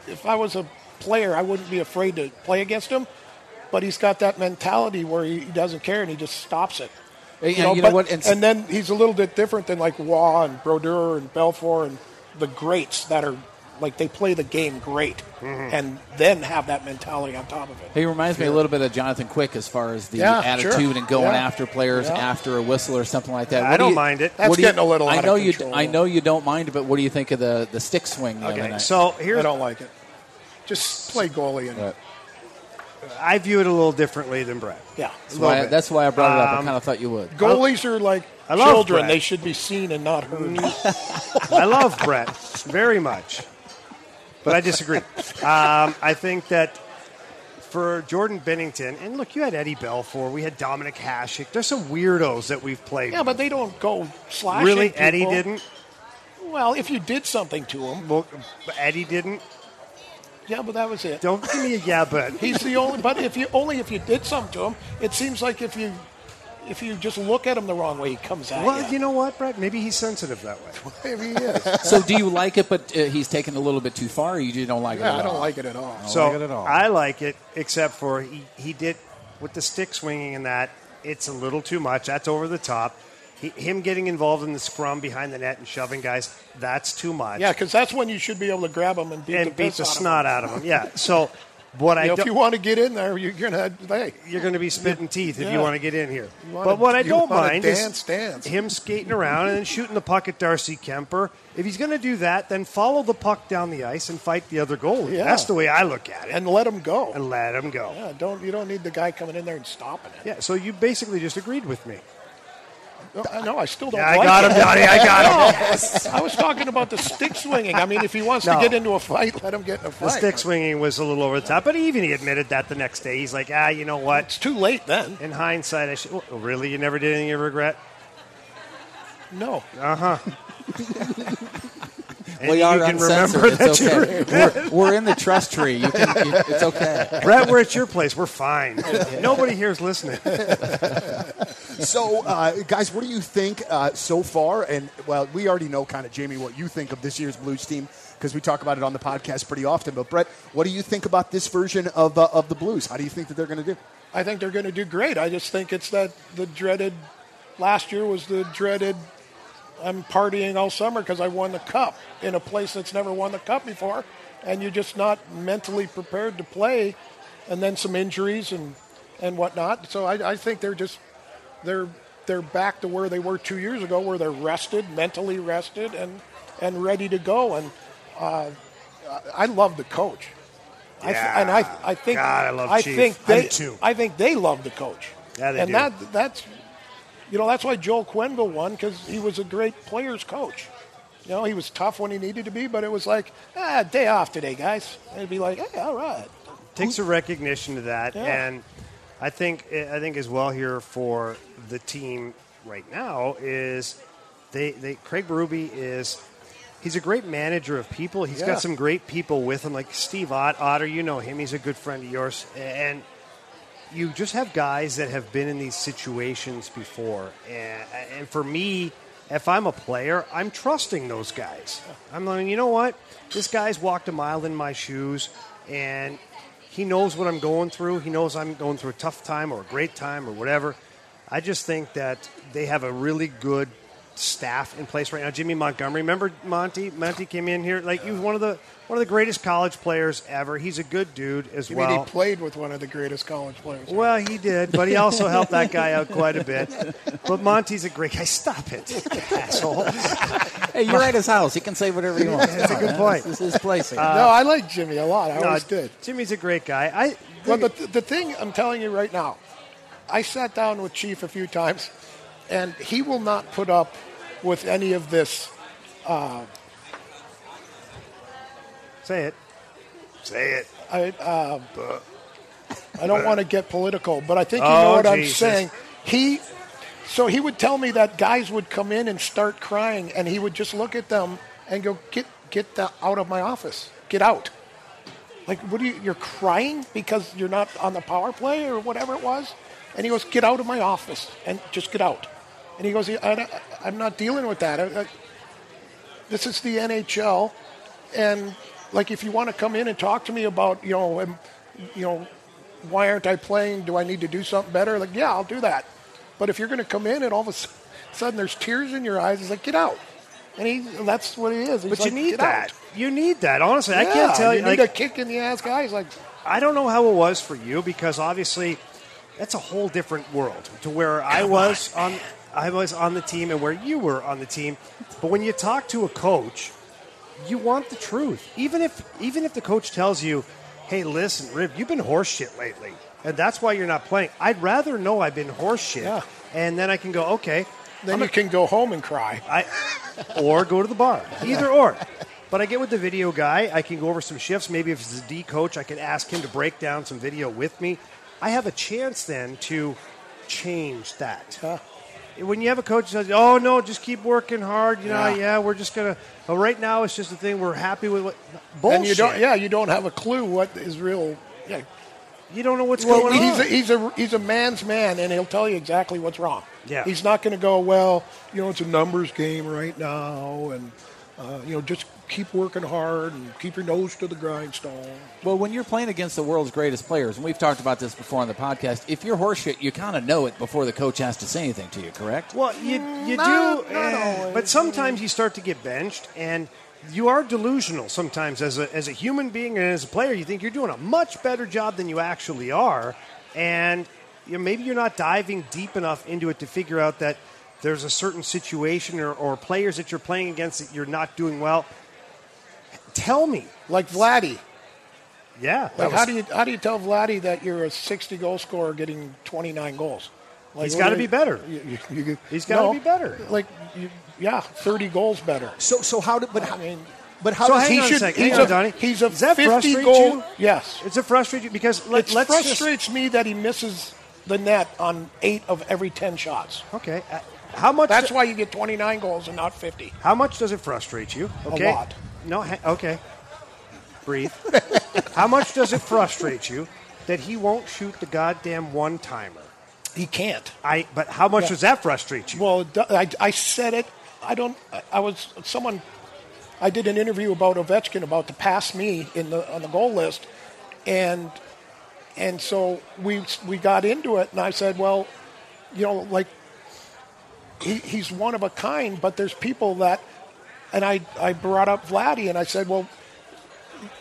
Speaker 2: if I was a player, I wouldn't be afraid to play against him. But he's got that mentality where he he doesn't care and he just stops it.
Speaker 4: And- and you know
Speaker 2: but-
Speaker 4: what? And-
Speaker 2: and then he's a little bit different than like Waugh and Brodeur and Belfort and the greats that are like they play the game great, and then have that mentality on top of it.
Speaker 4: He reminds me a little bit of Jonathan Quick as far as the
Speaker 2: Yeah,
Speaker 4: attitude
Speaker 2: sure.
Speaker 4: and going
Speaker 2: Yeah.
Speaker 4: after players
Speaker 2: Yeah.
Speaker 4: after a whistle or something like that.
Speaker 3: I
Speaker 4: What do
Speaker 3: don't
Speaker 4: you-
Speaker 3: mind it.
Speaker 2: That's
Speaker 4: what do you-
Speaker 2: getting a little
Speaker 4: I
Speaker 2: out
Speaker 4: know
Speaker 2: of
Speaker 4: you.
Speaker 2: control.
Speaker 4: I know you don't mind it, but what do you think of the, the stick swing? The other
Speaker 3: Okay,
Speaker 4: night?
Speaker 3: so
Speaker 2: I
Speaker 3: here's
Speaker 2: don't like it. Just play goalie and
Speaker 4: Right.
Speaker 3: I view it a little differently than Brett.
Speaker 2: yeah.
Speaker 4: that's why, I, that's why I brought it up. I
Speaker 3: Um,
Speaker 4: kind of thought you would.
Speaker 2: Goalies are like
Speaker 3: I love
Speaker 2: children;
Speaker 3: Brett.
Speaker 2: they should be seen and not heard.
Speaker 3: I love Brett very much, but I disagree. Um, I think that for Jordan Bennington, and look, you had Eddie Belfour, we had Dominic Hasek. There's some weirdos that we've played.
Speaker 2: yeah, but they don't go slashing.
Speaker 3: really,
Speaker 2: people.
Speaker 3: Eddie didn't.
Speaker 2: Well, if you did something to him,
Speaker 3: Well, Eddie didn't.
Speaker 2: yeah, but that was it.
Speaker 3: Don't give me a yeah, but
Speaker 2: He's the only. But if you only if you did something to him, it seems like if you if you just look at him the wrong way, he comes out.
Speaker 3: well, you know what, Brett? Maybe he's sensitive that way.
Speaker 2: maybe he is.
Speaker 4: so do you like it, but uh, he's taken it a little bit too far? Or you just don't like it.
Speaker 2: yeah,
Speaker 4: at
Speaker 2: I don't
Speaker 4: all?
Speaker 2: like it at all.
Speaker 3: so
Speaker 4: like it at all.
Speaker 3: I like it, except for he, he did with the stick swinging and that. It's a little too much. That's over the top. He, him getting involved in the scrum behind the net and shoving guys, that's too much.
Speaker 2: Yeah, because that's when you should be able to grab him and beat the,
Speaker 3: and beat
Speaker 2: piss
Speaker 3: the
Speaker 2: out of 'em.
Speaker 3: snot out of them. Yeah. So what I
Speaker 2: You know,
Speaker 3: don't,
Speaker 2: if you want to get in there, you're gonna. Hey,
Speaker 3: you're going to be spitting teeth if you
Speaker 2: Yeah.
Speaker 3: want to get in here.
Speaker 2: wanna-
Speaker 3: but what I
Speaker 2: you
Speaker 3: don't
Speaker 2: wanna
Speaker 3: mind
Speaker 2: dance,
Speaker 3: is
Speaker 2: dance.
Speaker 3: him skating around and then shooting the puck at Darcy Kemper. If he's going to do that, then follow the puck down the ice and fight the other goalie.
Speaker 2: Yeah.
Speaker 3: That's the way I look at it.
Speaker 2: and let him go.
Speaker 3: And let him go. Yeah.
Speaker 2: yeah, don't you don't need the guy coming in there and stopping it.
Speaker 3: so you basically just agreed with me.
Speaker 2: No, I know. I still don't.
Speaker 3: Yeah, I
Speaker 2: like
Speaker 3: got
Speaker 2: it.
Speaker 3: him, Donnie. I got him.
Speaker 2: I was talking about the stick swinging. I mean, if he wants
Speaker 3: No.
Speaker 2: to get into a fight, let him get in a
Speaker 3: The
Speaker 2: fight.
Speaker 3: stick swinging was a little over the top, but even he admitted that the next day. He's like, ah, you know what?
Speaker 2: It's too late then.
Speaker 3: In hindsight, I should. Oh, really? You never did anything you regret?
Speaker 2: No.
Speaker 3: And
Speaker 4: We
Speaker 3: you
Speaker 4: are
Speaker 3: can
Speaker 4: uncensored.
Speaker 3: remember that
Speaker 4: it's
Speaker 3: you
Speaker 4: okay. We're, we're in the trust tree. You can, you- it's okay.
Speaker 3: Brett, we're at your place. We're fine. Nobody here is listening.
Speaker 5: So, uh, guys, what do you think uh, so far? And well, we already know kind of Jamie what you think of this year's Blues team because we talk about it on the podcast pretty often. But Brett, what do you think about this version of uh, of the Blues? How do you think that they're going to do?
Speaker 2: I think they're going to do great. I just think it's that the dreaded last year was the dreaded I'm partying all summer because I won the cup in a place that's never won the cup before, and you're just not mentally prepared to play, and then some injuries and and whatnot. So I, I think they're just they're they're back to where they were two years ago, where they're rested, mentally rested, and and ready to go. And uh, I love the coach. I th- and I, I think
Speaker 3: God, I love Chief.
Speaker 2: think they
Speaker 3: I do too.
Speaker 2: I think they love the coach.
Speaker 3: Yeah, they
Speaker 2: and
Speaker 3: do.
Speaker 2: that that's you know that's why Joel Quenville won because he was a great players coach. You know he was tough when he needed to be, but it was like ah day off today, guys. And it'd be like hey, all right.
Speaker 3: Takes a recognition of that,
Speaker 2: Yeah.
Speaker 3: and I think eh, I think as well here for the team right now is they, they Craig Berube is he's a great manager of people. He's
Speaker 2: Yeah.
Speaker 3: got some great people with him, like Steve Ott, Otter. You know him; he's a good friend of yours, and you just have guys that have been in these situations before. And, and for me, if I'm a player, I'm trusting those guys. I'm like, you know what? This guy's walked a mile in my shoes, and he knows what I'm going through. He knows I'm going through a tough time or a great time or whatever. I just think that they have a really good staff in place right now. Jimmy Montgomery, remember Monty? Monty came in here like he was one of the one of the greatest college players ever. He's a good dude as
Speaker 2: You
Speaker 3: well.
Speaker 2: mean he played with one of the greatest college players?
Speaker 3: Well, he did, but he also helped that guy out quite a bit. But Monty's a great guy. Stop it, asshole.
Speaker 4: Hey, you're at his house. He can say whatever he wants.
Speaker 3: That's a good point. Uh,
Speaker 4: This is his place. here.
Speaker 2: no, I like Jimmy a lot. I
Speaker 3: No,
Speaker 2: always did.
Speaker 3: Jimmy's a great guy. I
Speaker 2: Well, the, the thing I'm telling you right now, I sat down with Chief a few times, and he will not put up with any of this.
Speaker 3: say it. Say it.
Speaker 2: I, um, I don't want to get political, but I think you
Speaker 3: Oh,
Speaker 2: know what I'm
Speaker 3: Jesus.
Speaker 2: saying. He, so he would tell me that guys would come in and start crying, and he would just look at them and go, "Get, get the, out of my office. Get out." Like, what are you? You're crying because you're not on the power play or whatever it was. And he goes, "Get out of my office and just get out." And he goes, I, am not dealing with that. I- I- this is the NHL, and like if you want to come in and talk to me about you know um, you know why aren't I playing? Do I need to do something better? Like yeah, I'll do that. But if you're going to come in and all of a s- sudden there's tears in your eyes, it's like get out. And he, that's what he is. He's
Speaker 3: But
Speaker 2: like,
Speaker 3: you need
Speaker 2: "Get
Speaker 3: that.
Speaker 2: out."
Speaker 3: You need that. Honestly, I
Speaker 2: Yeah,
Speaker 3: can't tell you.
Speaker 2: You
Speaker 3: like,
Speaker 2: need a kick in the ass, guys. Like,
Speaker 3: I don't know how it was for you because obviously that's a whole different world to where I was on, I was on the team and where you were on the team. But when you talk to a coach, you want the truth. Even if even if the coach tells you, "Hey, listen, Rib, you've been horse shit lately, and that's why you're not playing." I'd rather know I've been horse shit,
Speaker 2: Yeah.
Speaker 3: and then I can go, "Okay,
Speaker 2: then you can go home and cry.
Speaker 3: I, or go to the bar. Either or. But I get with the video guy. I can go over some shifts. Maybe if it's a D coach, I can ask him to break down some video with me. I have a chance then to change that. When you have a coach who says, "Oh no, just keep working hard," you know, yeah,
Speaker 2: Yeah.
Speaker 3: we're just gonna. But right now, it's just a thing. We're happy with what bullshit.
Speaker 2: And you don't, yeah, you don't have a clue what is real. Yeah.
Speaker 3: You don't know what's
Speaker 2: Well,
Speaker 3: going
Speaker 2: he's
Speaker 3: on.
Speaker 2: a, he's a he's a man's man, and he'll tell you exactly what's wrong.
Speaker 3: Yeah.
Speaker 2: he's not going to go well. You know, it's a numbers game right now, and uh, you know, just keep working hard and keep your nose to the grindstone.
Speaker 4: Well, when you're playing against the world's greatest players, and we've talked about this before on the podcast, if you're horseshit, you kind of know it before the coach has to say anything to you, correct?
Speaker 3: Well, you you do, eh, but sometimes you start to get benched, and you are delusional sometimes as a as a human being and as a player. You think you're doing a much better job than you actually are, and you know, maybe you're not diving deep enough into it to figure out that there's a certain situation or, or players that you're playing against that you're not doing well. Tell me,
Speaker 2: Like Vladdy,
Speaker 3: yeah,
Speaker 2: like how do you how do you tell Vladdy that you're a 60 goal scorer getting 29 goals? Like,
Speaker 3: He's
Speaker 2: what
Speaker 3: gotta
Speaker 2: do you-
Speaker 3: be better.
Speaker 2: You, you, you,
Speaker 3: He's gotta
Speaker 2: no,
Speaker 3: be better.
Speaker 2: Like, you, yeah, 30 goals better.
Speaker 5: So, so how did? But how,
Speaker 2: I mean,
Speaker 5: but how
Speaker 3: So
Speaker 5: does
Speaker 3: hang
Speaker 5: he
Speaker 3: on a
Speaker 5: should?
Speaker 3: second.
Speaker 5: he
Speaker 3: Hang
Speaker 2: he's
Speaker 3: on,
Speaker 5: should-
Speaker 2: a,
Speaker 3: Donnie.
Speaker 2: He's a
Speaker 3: Does that
Speaker 2: 50
Speaker 3: frustrate
Speaker 2: goal.
Speaker 3: you?
Speaker 2: Yes.
Speaker 3: It's a frustrating because
Speaker 2: It
Speaker 3: let, let's just-
Speaker 2: frustrates me that he misses the net on eight of every 10 shots.
Speaker 3: okay. uh, How much?
Speaker 2: That's why you get 29 goals and not 50.
Speaker 3: How much does it frustrate you? Okay.
Speaker 2: lot.
Speaker 3: No, ha- okay. Breathe. How much does it frustrate you that he won't shoot the goddamn one timer?
Speaker 2: He can't.
Speaker 3: I. But how much does that frustrate you?
Speaker 2: Well, it do- I, I said it. I don't. I- I was someone. I did an interview about Ovechkin about to pass me in the on the goal list, and and so we we got into it, and I said, well, you know, like he, he's one of a kind, but there's people that, and I I brought up Vladdy, and I said, well,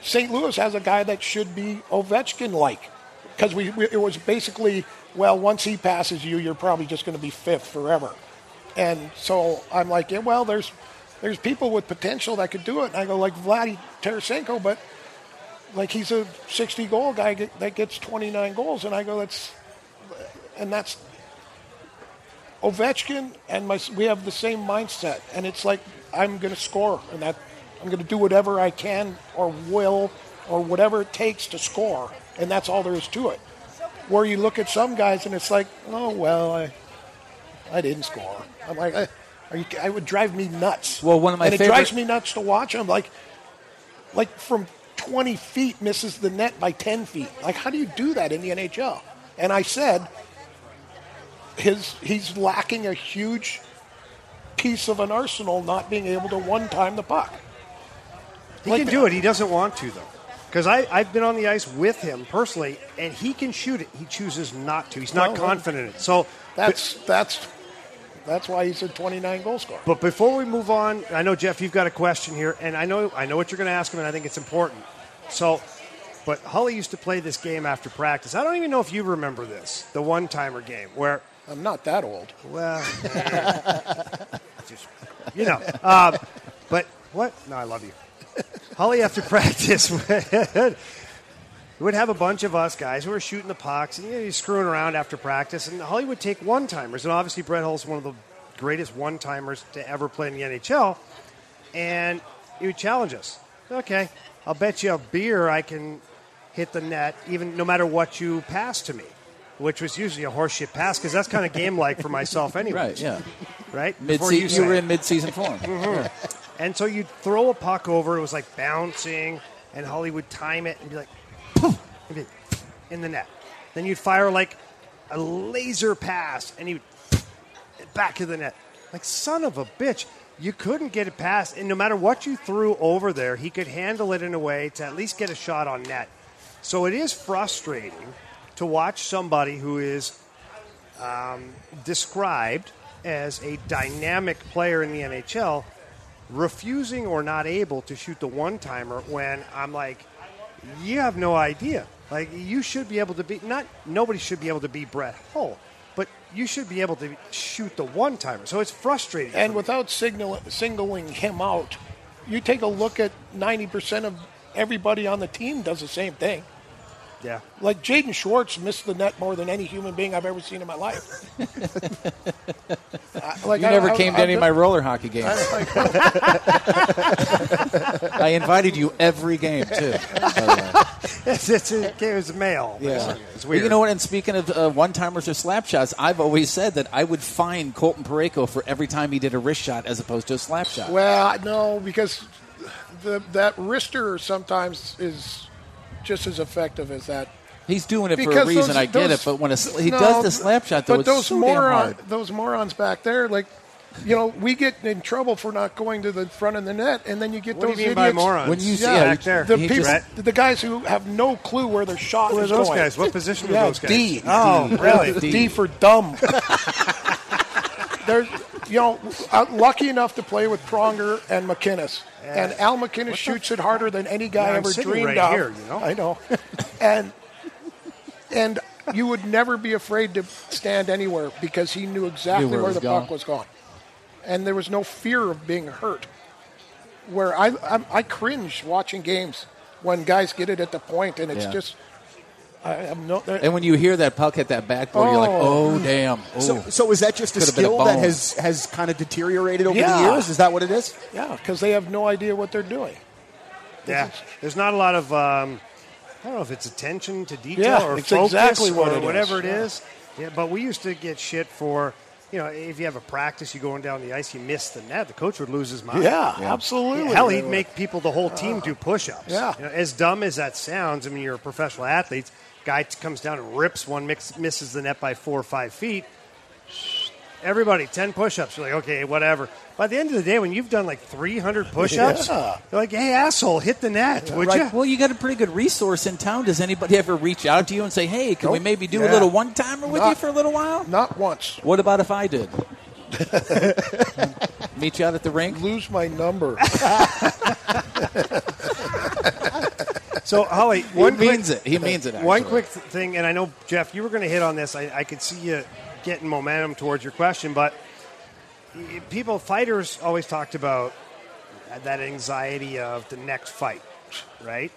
Speaker 2: St. Louis has a guy that should be Ovechkin like. Because we, we, it was basically, well, once he passes you, you're probably just going to be fifth forever. And so I'm like, yeah, well, there's, there's people with potential that could do it. And I go, like Vladdy Tarasenko, but like he's a 60 goal guy get- that gets 29 goals. And I go, that's, and that's Ovechkin and my, we have the same mindset, and it's like I'm going to score, and that I'm going to do whatever I can or will or whatever it takes to score, and that's all there is to it. Where you look at some guys and it's like, oh well, I, I didn't score. I'm like, eh, are you, I would drive me nuts.
Speaker 4: Well, one of my
Speaker 2: and
Speaker 4: favorite-
Speaker 2: it drives me nuts to watch. I'm like, like from 20 feet misses the net by 10 feet. Like, how do you do that in the NHL? And I said, his he's lacking a huge piece of an arsenal, not being able to one time the puck.
Speaker 3: he
Speaker 2: like
Speaker 3: can
Speaker 2: the-
Speaker 3: do it. He doesn't want to though. Because I've been on the ice with him personally, and he can shoot it. He chooses not to. He's not
Speaker 2: Well,
Speaker 3: confident in it. So
Speaker 2: That's that's that's why he's a 29 goal scorer.
Speaker 3: But before we move on, I know Jeff, you've got a question here, and I know I know what you're going to ask him, and I think it's important. So, but Holly used to play this game after practice. I don't even know if you remember this, the one-timer game where,
Speaker 2: I'm not that old.
Speaker 3: well, just, you know, um, but what? No, I love you. Holly after practice would, would have a bunch of us guys who were shooting the pucks and you know, you're screwing around after practice. And Holly would take one timers. And obviously, Brett Hull's one of the greatest one timers to ever play in the NHL. And he would challenge us. Okay, I'll bet you a beer I can hit the net, even no matter what you pass to me, which was usually a horseshit pass because that's kind of game like for myself, anyway.
Speaker 4: Right, yeah.
Speaker 3: Right?
Speaker 4: Mid
Speaker 3: Before
Speaker 4: you,
Speaker 3: say
Speaker 4: were
Speaker 3: it.
Speaker 4: in mid-season form. Yeah.
Speaker 3: And so you'd throw a puck over, it was like bouncing, and Holly would time it and be like, poof, and be like, in the net. Then you'd fire like a laser pass, and you'd back of the net. Like, son of a bitch, you couldn't get it past. And no matter what you threw over there, he could handle it in a way to at least get a shot on net. So it is frustrating to watch somebody who is um, described as a dynamic player in the NHL refusing or not able to shoot the one timer when I'm like, you have no idea. Like you should be able to be not nobody should be able to be Brett Hull, but you should be able to shoot the one timer. So it's frustrating.
Speaker 2: And
Speaker 3: for me.
Speaker 2: without signal, singling him out, you take a look at 90% of everybody on the team does the same thing.
Speaker 3: yeah,
Speaker 2: Like Jaden Schwartz missed the net more than any human being I've ever seen in my life. I- like,
Speaker 4: You
Speaker 2: I-
Speaker 4: never
Speaker 2: I-
Speaker 4: came to
Speaker 2: I-
Speaker 4: any of my roller hockey games. I invited you every game too. by the way.
Speaker 3: it's, it's, it was mail.
Speaker 4: Yeah.
Speaker 3: it's
Speaker 4: Well,
Speaker 3: weird.
Speaker 4: you know what? And speaking of uh, one timers or slap shots, I've always said that I would fine Colton Pareko for every time he did a wrist shot as opposed to a slap shot.
Speaker 2: Well, no, because the, that wrister sometimes is just as effective as that.
Speaker 4: He's doing it for a
Speaker 2: Because
Speaker 4: reason.
Speaker 2: those-
Speaker 4: I get
Speaker 2: those-
Speaker 4: it, but when a, sl- he
Speaker 2: no,
Speaker 4: does the slap shot, though,
Speaker 2: but
Speaker 4: it's
Speaker 2: those
Speaker 4: so damn
Speaker 2: moron,
Speaker 4: hard.
Speaker 2: those morons back there, like, you know, we get in trouble for not going to the front of the net, and then you get
Speaker 3: What do you
Speaker 2: those
Speaker 3: mean by
Speaker 2: idiots.
Speaker 3: morons?
Speaker 4: When you
Speaker 3: yeah,
Speaker 4: see- yeah,
Speaker 3: back there,
Speaker 2: The
Speaker 4: He
Speaker 2: people,
Speaker 4: just-
Speaker 2: the guys who have no clue where their shot
Speaker 3: Who are
Speaker 2: is
Speaker 3: those
Speaker 2: going.
Speaker 3: guys? What position
Speaker 2: Yeah,
Speaker 3: are those guys?
Speaker 4: D.
Speaker 3: Oh, really?
Speaker 4: D.
Speaker 2: D. for dumb. There's, you know, I'm lucky enough to play with Pronger and McInnes, and Al McInnes shoots it harder than any guy
Speaker 3: Yeah, I'm
Speaker 2: ever
Speaker 3: sitting
Speaker 2: dreamed
Speaker 3: right
Speaker 2: of.
Speaker 3: here, you know?
Speaker 2: I know, and and you would never be afraid to stand anywhere because he knew exactly
Speaker 4: Knew where
Speaker 2: where,
Speaker 4: it was
Speaker 2: the
Speaker 4: going.
Speaker 2: puck was going, and there was no fear of being hurt. Where I I, I cringe watching games when guys get it at the point, and it's
Speaker 4: Yeah.
Speaker 2: just. I have no,
Speaker 4: And when you hear that puck at that backboard, you're like,
Speaker 2: Oh.
Speaker 4: oh, damn. Oh.
Speaker 5: So, so is that just a
Speaker 4: Could've been a
Speaker 5: skill that
Speaker 4: bone.
Speaker 5: has has kind of deteriorated over
Speaker 2: Yeah.
Speaker 5: the years? Is that what it is?
Speaker 2: Yeah, because they have no idea what they're doing.
Speaker 3: Yeah, there's not a lot of. Um, I don't know if it's attention to detail
Speaker 2: Yeah,
Speaker 3: or
Speaker 2: it's
Speaker 3: focus
Speaker 2: exactly what
Speaker 3: or
Speaker 2: it is.
Speaker 3: whatever it
Speaker 2: Yeah.
Speaker 3: is. Yeah, but we used to get shit for, you know, if you have a practice, you're going down the ice, you miss the net, the coach would lose his mind.
Speaker 2: absolutely.
Speaker 3: Hell, he'd make people, the whole team, do push-ups.
Speaker 2: Yeah.
Speaker 3: You know, as dumb as that sounds, I mean, you're a professional athlete. Guy t- comes down and rips one, mix, misses the net by four or five feet. Everybody, ten push-ups. You're like, okay, whatever. By the end of the day, when you've done like 300 push-ups, you're like, hey, asshole, hit the net, would
Speaker 4: Right.
Speaker 3: you?
Speaker 4: Well, you got a pretty good resource in town. Does anybody ever reach out to you and say, hey, can we maybe do
Speaker 2: Yeah.
Speaker 4: a little one timer with
Speaker 2: Not-
Speaker 4: you for a little while?
Speaker 2: Not once.
Speaker 4: What about if I did? Meet you out at the rink?
Speaker 2: Lose my number.
Speaker 3: So, Holly,
Speaker 4: He
Speaker 3: one quick-
Speaker 4: means it. He means it.
Speaker 3: One
Speaker 4: actually.
Speaker 3: quick th- thing, and I know Jeff, you were going to hit on this. I, I could see you getting momentum towards your question, but y- people, fighters, always talked about that anxiety of the next fight, right?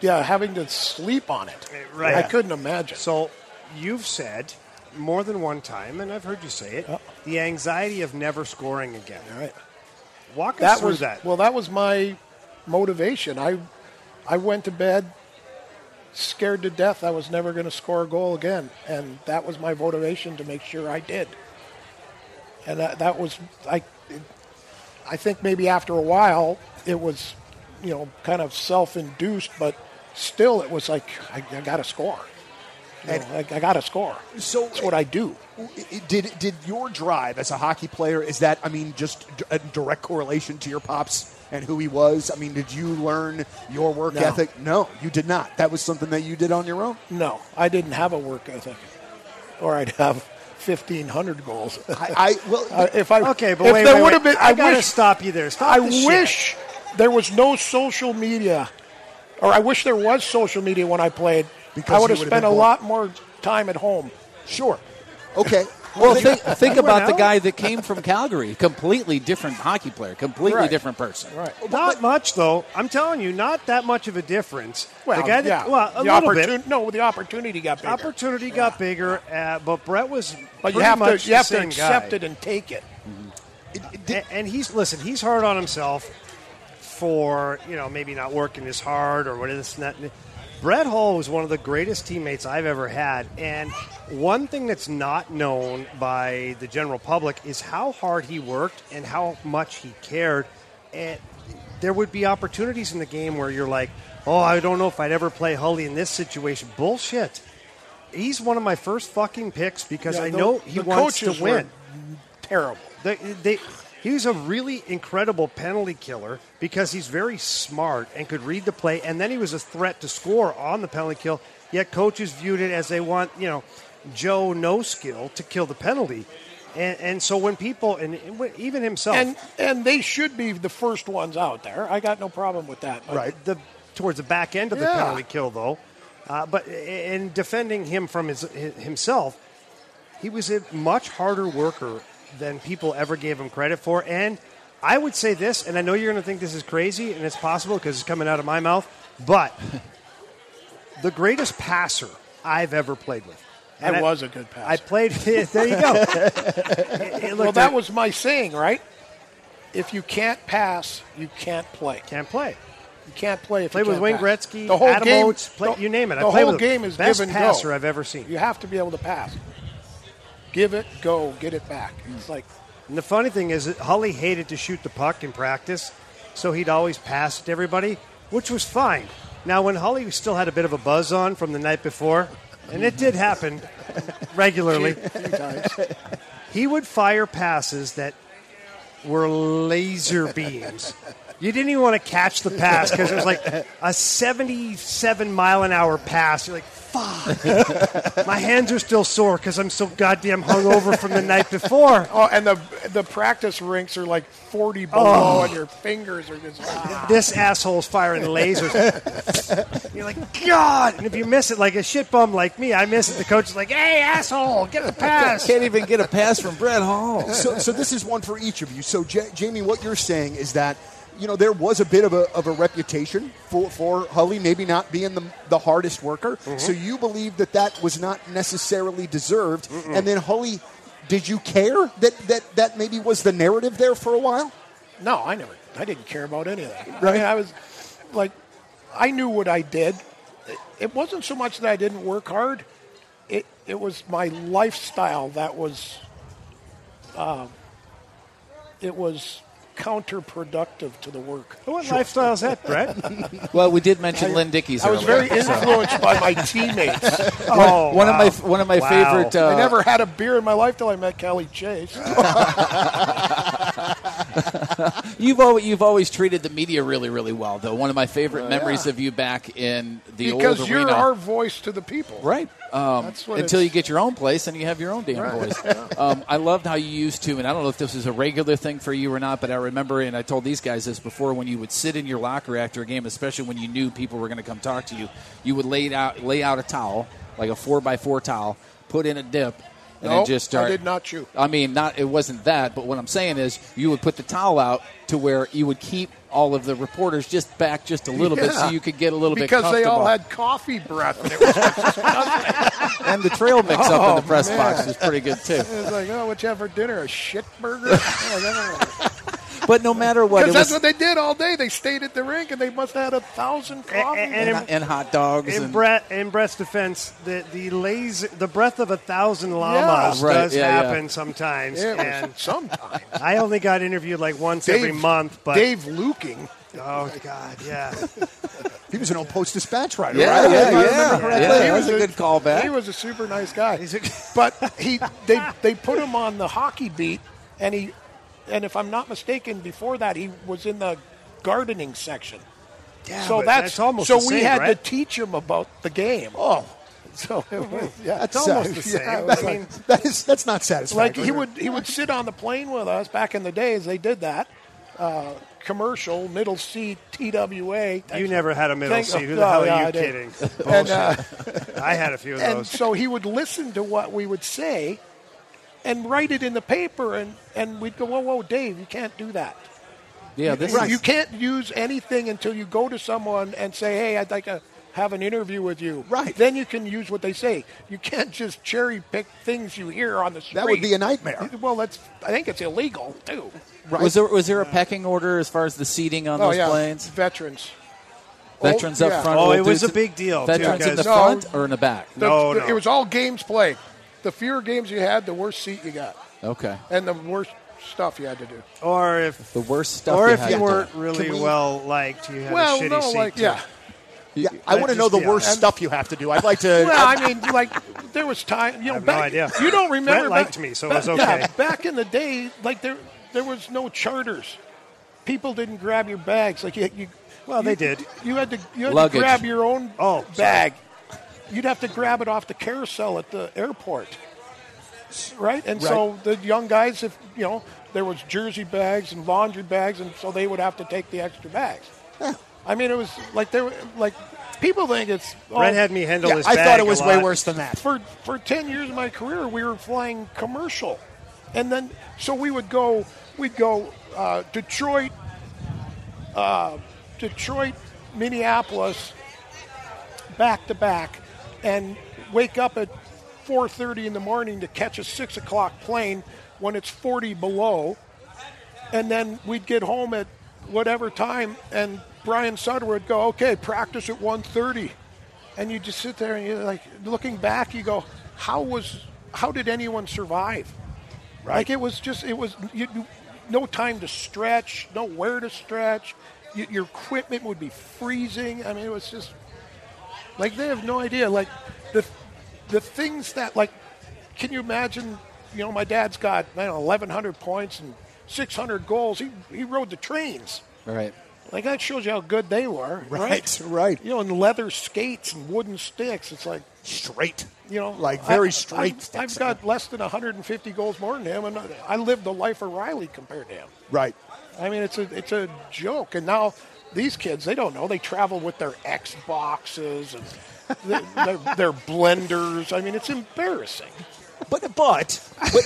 Speaker 2: yeah, having to sleep on it.
Speaker 3: Right.
Speaker 2: I couldn't imagine.
Speaker 3: So, you've said more than one time, and I've heard you say it, the anxiety of never scoring again.
Speaker 2: All right.
Speaker 3: Walk us
Speaker 2: that
Speaker 3: through
Speaker 2: was
Speaker 3: that.
Speaker 2: Well, that was my motivation. I, I went to bed scared to death I was never going to score a goal again, and that was my motivation to make sure I did. And that, that was I, I think maybe after a while it was, you know, kind of self-induced, but still it was like I, I got to score. You know, I, I got to score.
Speaker 5: So-
Speaker 2: that's what I do.
Speaker 5: Did did your drive as a hockey player is that I mean just a direct correlation to your pops and who he was? I mean, did you learn your work
Speaker 2: No.
Speaker 5: ethic? No, you did not. That was something that you did on your own.
Speaker 2: No, I didn't have a work ethic, or I'd have fifteen hundred goals.
Speaker 5: I, I well,
Speaker 2: Uh, if I
Speaker 3: okay, but
Speaker 2: if
Speaker 3: wait,
Speaker 2: there
Speaker 3: wait,
Speaker 2: would have
Speaker 3: wait.
Speaker 2: been,
Speaker 3: I,
Speaker 2: I,
Speaker 3: gotta
Speaker 2: wish.
Speaker 3: stop you there. Stop
Speaker 2: I
Speaker 3: the shit.
Speaker 2: wish there was no social media, or I wish there was social media when I played.
Speaker 5: Because
Speaker 2: I would have
Speaker 5: you would've
Speaker 2: spent a
Speaker 5: been
Speaker 2: lot more time at home.
Speaker 5: sure, okay.
Speaker 4: Well, think, think
Speaker 3: Everyone
Speaker 4: about the
Speaker 3: else?
Speaker 4: guy that came from Calgary. Completely different hockey player, completely
Speaker 2: Right.
Speaker 4: different person.
Speaker 2: Right.
Speaker 3: Not much, though. I'm telling you, not that much of a difference. the guy that,
Speaker 2: yeah.
Speaker 3: well, a
Speaker 2: the
Speaker 3: little
Speaker 2: opportun-
Speaker 3: bit.
Speaker 2: No, the opportunity got bigger.
Speaker 3: Opportunity got bigger, uh, but Brett was
Speaker 2: but you
Speaker 3: pretty
Speaker 2: have to
Speaker 3: much
Speaker 2: you have
Speaker 3: the
Speaker 2: to
Speaker 3: same
Speaker 2: accept
Speaker 3: guy.
Speaker 2: it and take it.
Speaker 3: And, and he's listen. He's hard on himself for you know maybe not working as hard or what is not. Brett Hull was one of the greatest teammates I've ever had, and one thing that's not known by the general public is how hard he worked and how much he cared. And there would be opportunities in the game where you're like, "Oh, I don't know if I'd ever play Hully in this situation." Bullshit. He's one of my first fucking picks because
Speaker 2: Yeah,
Speaker 3: I
Speaker 2: the-
Speaker 3: know he
Speaker 2: the
Speaker 3: wants to
Speaker 2: coaches
Speaker 3: win.
Speaker 2: were Terrible.
Speaker 3: They, they, he was a really incredible penalty killer because he's very smart and could read the play, and then he was a threat to score on the penalty kill. Yet coaches viewed it as they want, you know, Joe no skill to kill the penalty. And, and so when people, and, and when- even himself,
Speaker 2: And and they should be the first ones out there. I got no problem with that. But
Speaker 1: Right.
Speaker 3: Uh, the towards the back end of the
Speaker 1: Yeah.
Speaker 3: penalty kill, though. Uh, but in defending him from his, hi- himself, he was a much harder worker than people ever gave him credit for. And I would say this, and I know you're going to think this is crazy, and it's possible because it's coming out of my mouth, but the greatest passer I've ever played with.
Speaker 2: I was a good passer.
Speaker 3: I played. there you go. It- it
Speaker 2: well,
Speaker 3: looked
Speaker 2: that
Speaker 3: like-
Speaker 2: was my saying, right? If you can't pass, you can't play.
Speaker 3: can't play.
Speaker 2: You can't play if
Speaker 3: Play
Speaker 2: you
Speaker 3: with
Speaker 2: can't
Speaker 3: Wayne
Speaker 2: pass.
Speaker 3: Gretzky,
Speaker 2: The whole
Speaker 3: Adam
Speaker 2: game,
Speaker 3: Oates, play-
Speaker 2: the-
Speaker 3: you name it. I
Speaker 2: The
Speaker 3: played
Speaker 2: whole
Speaker 3: with him.
Speaker 2: game is
Speaker 3: Best
Speaker 2: give and
Speaker 3: passer
Speaker 2: go.
Speaker 3: I've ever seen.
Speaker 2: You have to be able to pass. Give it, go, get it back. It's like
Speaker 3: And the funny thing is, that Holly hated to shoot the puck in practice, so he'd always pass it to everybody, which was fine. Now, when Holly still had a bit of a buzz on from the night before, and it did happen regularly, he would fire passes that were laser beams. You didn't even want to catch the pass because it was like a 77 mile an hour pass. You're like, fuck. My hands are still sore because I'm so goddamn hungover from the night before.
Speaker 2: oh, and the the practice rinks are like forty below, and your fingers are just. ah.
Speaker 3: this asshole's firing lasers. You're like, God! And if you miss it, like a shit bum like me, I miss it. The coach is like, Hey, asshole, get the pass.
Speaker 4: Can't even get a pass from Brett Hall.
Speaker 5: so, so this is one for each of you. So, Ja Jamie, what you're saying is that you know there was a bit of a, of a reputation for for Hully maybe not being the, the hardest worker. So you believe that that was not necessarily deserved, and then Hully. Did you care that, that that maybe was the narrative there for a while?
Speaker 2: No, I never. I didn't care about any of that. I mean, I was like, I knew what I did. It- It wasn't so much that I didn't work hard. It it was my lifestyle that was. Um, it was counterproductive to the work.
Speaker 3: What lifestyle is that, Brett?
Speaker 4: Well, we did mention Lynn Dickey's
Speaker 2: I was very
Speaker 4: earlier.
Speaker 2: influenced by my teammates.
Speaker 3: Oh,
Speaker 4: one
Speaker 3: wow.
Speaker 4: of my one of my
Speaker 3: Wow.
Speaker 4: favorite. Uh,
Speaker 2: I never had a beer in my life till I met Kelly Chase.
Speaker 4: You've always you've always treated the media really really well though. One of my favorite memories of you back in the
Speaker 2: because
Speaker 4: old
Speaker 2: you're
Speaker 4: arena.
Speaker 2: our voice to the people.
Speaker 4: Right. Um,
Speaker 2: That's what
Speaker 4: until
Speaker 2: it's-
Speaker 4: you get your own place and you have your own damn voice. Um, I loved how you used to, and I don't know if this was a regular thing for you or not, but I remember, and I told these guys this before, when you would sit in your locker after a game, especially when you knew people were going to come talk to you, you would lay out lay out a towel, like a four by four towel, put in a dip, and
Speaker 2: Nope,
Speaker 4: then just
Speaker 2: I
Speaker 4: start.
Speaker 2: did not chew.
Speaker 4: I mean, not it wasn't that, but what I'm saying is, you would put the towel out to where you would keep all of the reporters just back just a little bit, so
Speaker 2: Yeah.
Speaker 4: you could get a little bit
Speaker 2: because they all
Speaker 4: comfortable.
Speaker 2: had coffee breath. And it was
Speaker 4: and the trail mix up in
Speaker 3: Oh,
Speaker 4: the press box was pretty good too.
Speaker 2: It's like, oh, what you have for dinner? A shit burger? Oh, Because
Speaker 4: But no matter what, it
Speaker 2: that's
Speaker 4: was
Speaker 2: what they did all day. They stayed at the rink and they must have had a thousand coffees.
Speaker 3: and-
Speaker 4: and, and hot dogs
Speaker 3: In
Speaker 4: and
Speaker 3: Brett, in Brett's defense, the the laser, the breath of a thousand llamas
Speaker 4: right,
Speaker 3: does
Speaker 4: yeah, yeah.
Speaker 3: happen sometimes.
Speaker 2: It was
Speaker 3: and
Speaker 2: sometimes.
Speaker 3: I only got interviewed like once every month, but
Speaker 2: Dave Luking.
Speaker 3: oh god, yeah.
Speaker 5: He was an old post dispatch writer,
Speaker 4: Yeah,
Speaker 5: right?
Speaker 4: yeah,
Speaker 5: If I
Speaker 4: yeah.
Speaker 5: remember correctly.
Speaker 4: Yeah, that was a good callback.
Speaker 2: He was a super nice guy.
Speaker 3: He's a-
Speaker 2: but he they they put him on the hockey beat and he and if I'm not mistaken, before that he was in the gardening section.
Speaker 3: Yeah,
Speaker 2: so
Speaker 3: but
Speaker 2: that's,
Speaker 3: almost
Speaker 2: so
Speaker 3: the
Speaker 2: we
Speaker 3: same,
Speaker 2: had
Speaker 3: right?
Speaker 2: to teach him about the game. Oh, so it was, yeah,
Speaker 5: That's
Speaker 3: almost the same.
Speaker 5: yeah,
Speaker 3: I
Speaker 5: that-
Speaker 3: mean-
Speaker 5: that is that's not
Speaker 2: like
Speaker 5: satisfactory.
Speaker 2: he would he would sit on the plane with us back in the days they did that uh, commercial middle seat twa
Speaker 3: You never had a middle
Speaker 2: Thank-
Speaker 3: seat. Who the
Speaker 2: No,
Speaker 3: hell
Speaker 2: yeah,
Speaker 3: are you
Speaker 2: I did.
Speaker 3: kidding?
Speaker 2: and, uh,
Speaker 3: I had a few of
Speaker 2: and
Speaker 3: those.
Speaker 2: so he would listen to what we would say and write it in the paper and, and we'd go whoa whoa dave you can't do that
Speaker 4: yeah, this
Speaker 2: you
Speaker 4: is
Speaker 2: can't use anything until you go to someone and say hey i'd like to have an interview with you
Speaker 5: Right.
Speaker 2: then you can use what they say you can't just cherry pick things you hear on the street
Speaker 5: That would be a nightmare.
Speaker 2: well that's i think it's illegal too
Speaker 4: was there was there a pecking order as far as the seating on those planes?
Speaker 2: Oh, veterans.
Speaker 4: Veterans
Speaker 2: yeah.
Speaker 4: up front.
Speaker 3: Oh,
Speaker 4: old
Speaker 3: it was
Speaker 4: dudes-
Speaker 3: a big deal, too,
Speaker 4: Veterans in the
Speaker 3: because-
Speaker 2: No.
Speaker 4: front or in the back?
Speaker 2: The-
Speaker 3: No,
Speaker 2: the-
Speaker 3: no.
Speaker 2: It was all games played. The fewer games you had, the worse seat you got,
Speaker 4: Okay.
Speaker 2: and the worse stuff you had to do.
Speaker 3: Or if
Speaker 4: The worst stuff.
Speaker 3: or
Speaker 4: you
Speaker 3: if
Speaker 4: had
Speaker 3: you
Speaker 4: to do.
Speaker 3: weren't really
Speaker 5: Can we-
Speaker 3: well liked, you had a
Speaker 2: well,
Speaker 3: shitty
Speaker 2: no,
Speaker 3: seat.
Speaker 2: like
Speaker 3: too.
Speaker 2: yeah.
Speaker 5: yeah, I want to
Speaker 3: just
Speaker 5: know the
Speaker 3: be
Speaker 5: worst
Speaker 3: honest.
Speaker 5: stuff you have to do. I'd like to.
Speaker 2: Well, I mean, like there was time. You know,
Speaker 3: I have no
Speaker 2: back,
Speaker 3: idea.
Speaker 2: You don't remember?
Speaker 3: Brett
Speaker 2: back-
Speaker 3: liked me, so it was
Speaker 2: back- yeah,
Speaker 3: okay.
Speaker 2: back in the day, like there there was no charters. People didn't grab your bags. Like you, you
Speaker 3: Well, they
Speaker 2: you-
Speaker 3: did.
Speaker 2: You had to you had to
Speaker 4: Luggage.
Speaker 2: grab your own
Speaker 3: Oh, sorry.
Speaker 2: bag. You'd have to grab it off the carousel at the airport.
Speaker 1: sports.
Speaker 2: right? And so the young guys, if you know, there was jersey bags and laundry bags, and so they would have to take the extra bags. I mean, it was like they were like people think it's oh,
Speaker 3: Brett had me handle
Speaker 1: Yeah,
Speaker 3: his
Speaker 1: I
Speaker 3: bag
Speaker 1: thought
Speaker 3: a
Speaker 1: it was way
Speaker 3: lot.
Speaker 1: worse than that.
Speaker 2: for for 10 years of my career we were flying commercial and then so we would go we'd go uh, detroit uh, detroit minneapolis back to back and wake up at 4.30 in the morning to catch a 6 o'clock plane when it's 40 below and then we'd get home at whatever time and brian sutter would go okay practice at 1.30 and you just sit there and you're like looking back you go how was how did anyone survive right like it was just it was you, you- no time to stretch no where to stretch Y your equipment would be freezing i mean it was just like they have no idea like the the things that like can you imagine you know my dad's got I don't know, 1100 points and 600 goals he he rode the trains
Speaker 4: All right.
Speaker 2: like that shows you how good they were, right?
Speaker 1: Right, right.
Speaker 2: You know, and leather skates and wooden sticks. It's like
Speaker 1: Straight.
Speaker 2: you know,
Speaker 1: Like
Speaker 2: I-
Speaker 1: very
Speaker 2: I-
Speaker 1: straight
Speaker 2: I've,
Speaker 1: sticks.
Speaker 2: I've got less than 150 goals more than him, and I- I lived the life of Riley compared to him.
Speaker 1: Right.
Speaker 2: I mean, it's a it's a joke. And now these kids, they don't know. They travel with their Xboxes and their, their, their blenders. I mean, it's embarrassing.
Speaker 1: But, but, but,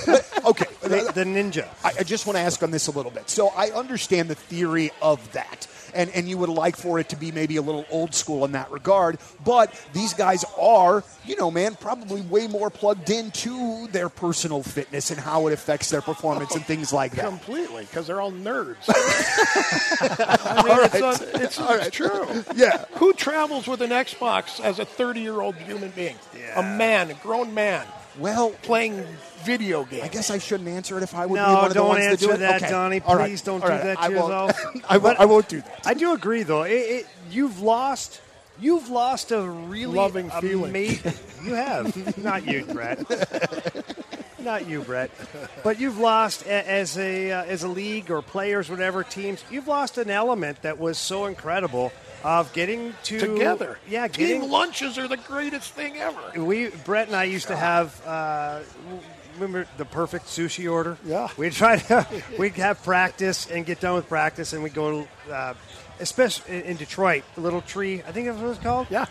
Speaker 1: but okay.
Speaker 3: The, the ninja.
Speaker 1: I, I just want to ask on this a little bit. So I understand the theory of that, and, and you would like for it to be maybe a little old school in that regard, but these guys are, you know, man, probably way more plugged into their personal fitness and how it affects their performance and things like that.
Speaker 2: Completely, because they're all nerds. I mean, it's, un- it's, it's true.
Speaker 1: Yeah.
Speaker 2: Who travels with an Xbox as a 30 year old human being?
Speaker 3: Yeah.
Speaker 2: A man, a grown man,
Speaker 1: Well,
Speaker 2: playing video games.
Speaker 1: I guess I shouldn't answer it if I would be
Speaker 3: No,
Speaker 1: one of the
Speaker 3: don't
Speaker 1: ones that do
Speaker 3: answer
Speaker 1: it.
Speaker 3: that,
Speaker 1: okay.
Speaker 3: Donnie.
Speaker 1: All right.
Speaker 3: Please don't
Speaker 1: All
Speaker 3: do
Speaker 1: right.
Speaker 3: that to
Speaker 1: I won't.
Speaker 3: yourself.
Speaker 1: I, won't, I won't do that.
Speaker 3: I do agree, though. It, it, you've lost. You've lost a really
Speaker 2: Loving feeling.
Speaker 3: amazing- You have not you, Brett. not you, Brett. But you've lost a, as a uh, as a league or players, whatever teams. You've lost an element that was so incredible of getting to
Speaker 2: Together.
Speaker 3: Yeah,
Speaker 2: Team
Speaker 3: getting
Speaker 2: lunches are the greatest thing ever.
Speaker 3: we Brett and I used to have uh, remember the perfect sushi order.
Speaker 2: Yeah.
Speaker 3: we'd try to we'd have practice and get done with practice, and we'd go to uh, especially in- in Detroit, a little tree. I think that's what it was called.
Speaker 2: Yeah.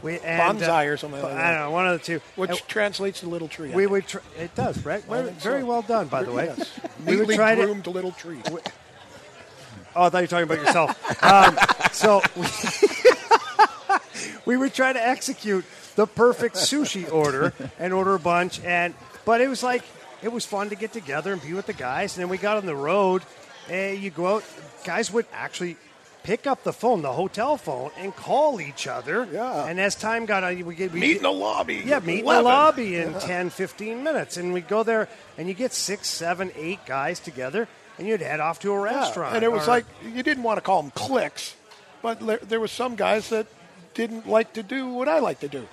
Speaker 3: we and, uh,
Speaker 2: Bonsai or something like
Speaker 3: I
Speaker 2: that.
Speaker 3: don't know, one of the two.
Speaker 2: Which
Speaker 3: And
Speaker 2: translates to little tree. I
Speaker 3: we
Speaker 2: think.
Speaker 3: would tr- it does Brett
Speaker 2: I
Speaker 3: very,
Speaker 2: think so.
Speaker 3: very well done by the way.
Speaker 2: Yes.
Speaker 3: We would
Speaker 2: Neatly
Speaker 3: try to
Speaker 2: groomed little tree.
Speaker 3: Oh, I thought you were talking about yourself. um, so we, we would try to execute the perfect sushi order and order a bunch, and but it was like it was fun to get together and be with the guys. And then we got on the road, and you go out. Guys would actually pick up the phone, the hotel phone, and call each other.
Speaker 2: Yeah.
Speaker 3: And as time got on, we get we
Speaker 2: Meet in the lobby.
Speaker 3: yeah, meet in the
Speaker 2: 11.
Speaker 3: lobby in ten, fifteen 10, 15 minutes. And we'd go there, and you get six, seven, eight guys together, and you'd head off to a
Speaker 2: Yeah,
Speaker 3: restaurant.
Speaker 2: And it was
Speaker 3: or-
Speaker 2: like you didn't want to call them clicks, but there, there was some guys that didn't like to do what I like to do,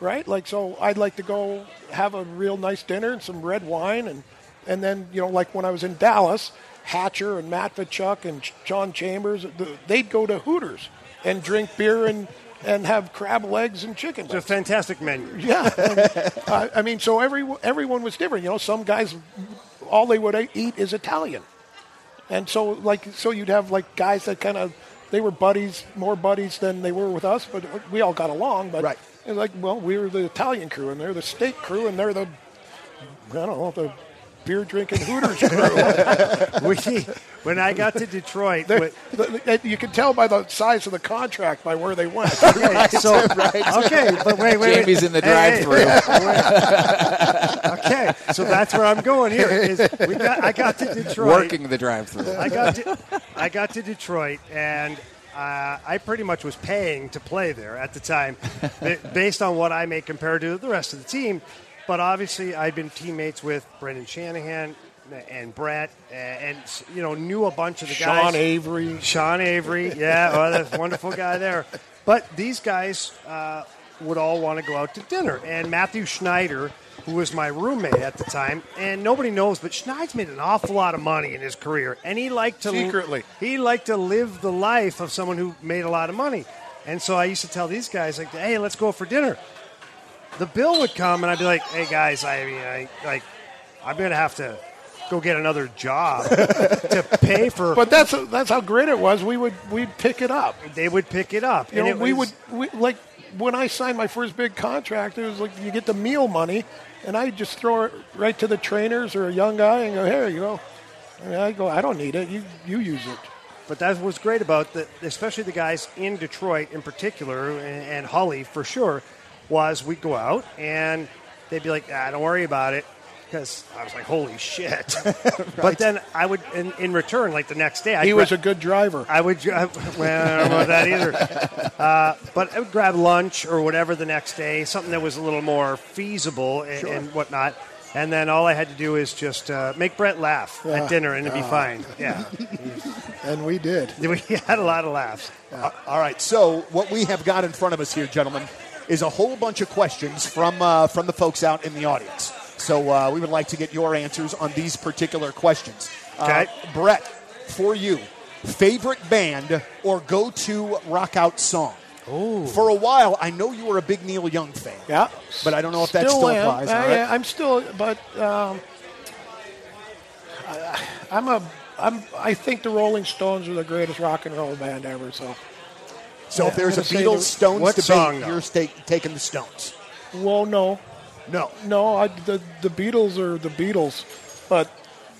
Speaker 2: right? Like so, I'd like to go have a real nice dinner and some red wine, and and then you know, like when I was in Dallas, Hatcher and Matt Vichuk and Ch- John Chambers, the, they'd go to Hooters and drink beer and and have crab legs and chicken.
Speaker 3: It's a
Speaker 2: legs.
Speaker 3: fantastic menu.
Speaker 2: Yeah, Um, I, I mean, so every everyone was different. You know, some guys, all they would eat is Italian, and so like so you'd have like guys that kind of they were buddies, more buddies than they were with us, but we all got along. But
Speaker 1: Right.
Speaker 2: it was like, well, we were the Italian crew, and they're the steak crew, and they're the I don't know the beer drinking Hooters crew.
Speaker 3: we, when I got to Detroit,
Speaker 2: They're-
Speaker 3: with,
Speaker 2: the- you can tell by the size of the contract by where they went.
Speaker 3: okay, so okay, but wait, wait, wait.
Speaker 4: Jamie's in the
Speaker 3: Hey, hey,
Speaker 4: drive-through.
Speaker 3: wait. okay, so that's where I'm going here. Is we got, I got to Detroit.
Speaker 4: Working the drive-through.
Speaker 3: I got to, I got to Detroit, and uh, I pretty much was paying to play there at the time, ba- based on what I may compare to the rest of the team. But obviously, I'd been teammates with Brendan Shanahan and Brett, and you know knew a bunch of the guys.
Speaker 2: Sean Avery.
Speaker 3: Sean Avery, yeah, well, that's a wonderful guy there. But these guys uh, would all want to go out to dinner. And Matthew Schneider, who was my roommate at the time, and nobody knows, but Schneider's made an awful lot of money in his career, and he liked to
Speaker 2: Secretly.
Speaker 3: he liked to live the life of someone who made a lot of money. And so I used to tell these guys, like, hey, let's go for dinner. The bill would come, and I'd be like, hey, guys, I mean, I like I'm going to have to go get another job to pay for.
Speaker 2: But that's that's how great it was. We would we'd pick it up.
Speaker 3: they would pick it up.
Speaker 2: You know,
Speaker 3: it
Speaker 2: we
Speaker 3: was-
Speaker 2: would we, like when I signed my first big contract. It was like you get the meal money, and I just throw it right to the trainers or a young guy and go, "Here you go." And I go, "I don't need it. You you use it."
Speaker 3: But that was great about the, especially the guys in Detroit in particular, and, and Holly for sure, was we'd go out and they'd be like, ah, don't worry about it. Because I was like, holy shit. But then I would, in, in return, like the next day, I'd
Speaker 2: He was
Speaker 3: gra-
Speaker 2: a good driver.
Speaker 3: I would, dri- well, I don't know about that either. Uh, but I would grab lunch or whatever the next day, something that was a little more feasible and, and whatnot. And then all I had to do is just uh, make Brett laugh
Speaker 2: Yeah.
Speaker 3: at dinner and it'd be fine. Yeah.
Speaker 2: And we did.
Speaker 3: we had a lot of laughs.
Speaker 5: All right. So what we have got in front of us here, gentlemen, is a whole bunch of questions from uh, from the folks out in the audience. So uh, we would like to get your answers on these particular questions. Uh,
Speaker 3: Okay.
Speaker 5: Brett, for you, favorite band or go-to rock out song? For a while, I know you were a big Neil Young fan.
Speaker 2: Yeah.
Speaker 5: But I don't know if that still
Speaker 2: am.
Speaker 5: applies,
Speaker 2: I,
Speaker 5: all right?
Speaker 2: I'm still, but um, I, I'm a. I'm, I think the Rolling Stones are the greatest rock and roll band ever. So,
Speaker 5: So if there's a
Speaker 2: I'm
Speaker 5: Beatles
Speaker 2: gonna say the-
Speaker 5: Stones
Speaker 3: what
Speaker 5: debate,
Speaker 3: song, though?
Speaker 5: you're sta- taking the Stones.
Speaker 2: well, no,
Speaker 5: No.
Speaker 2: no, I, the the Beatles are the Beatles, but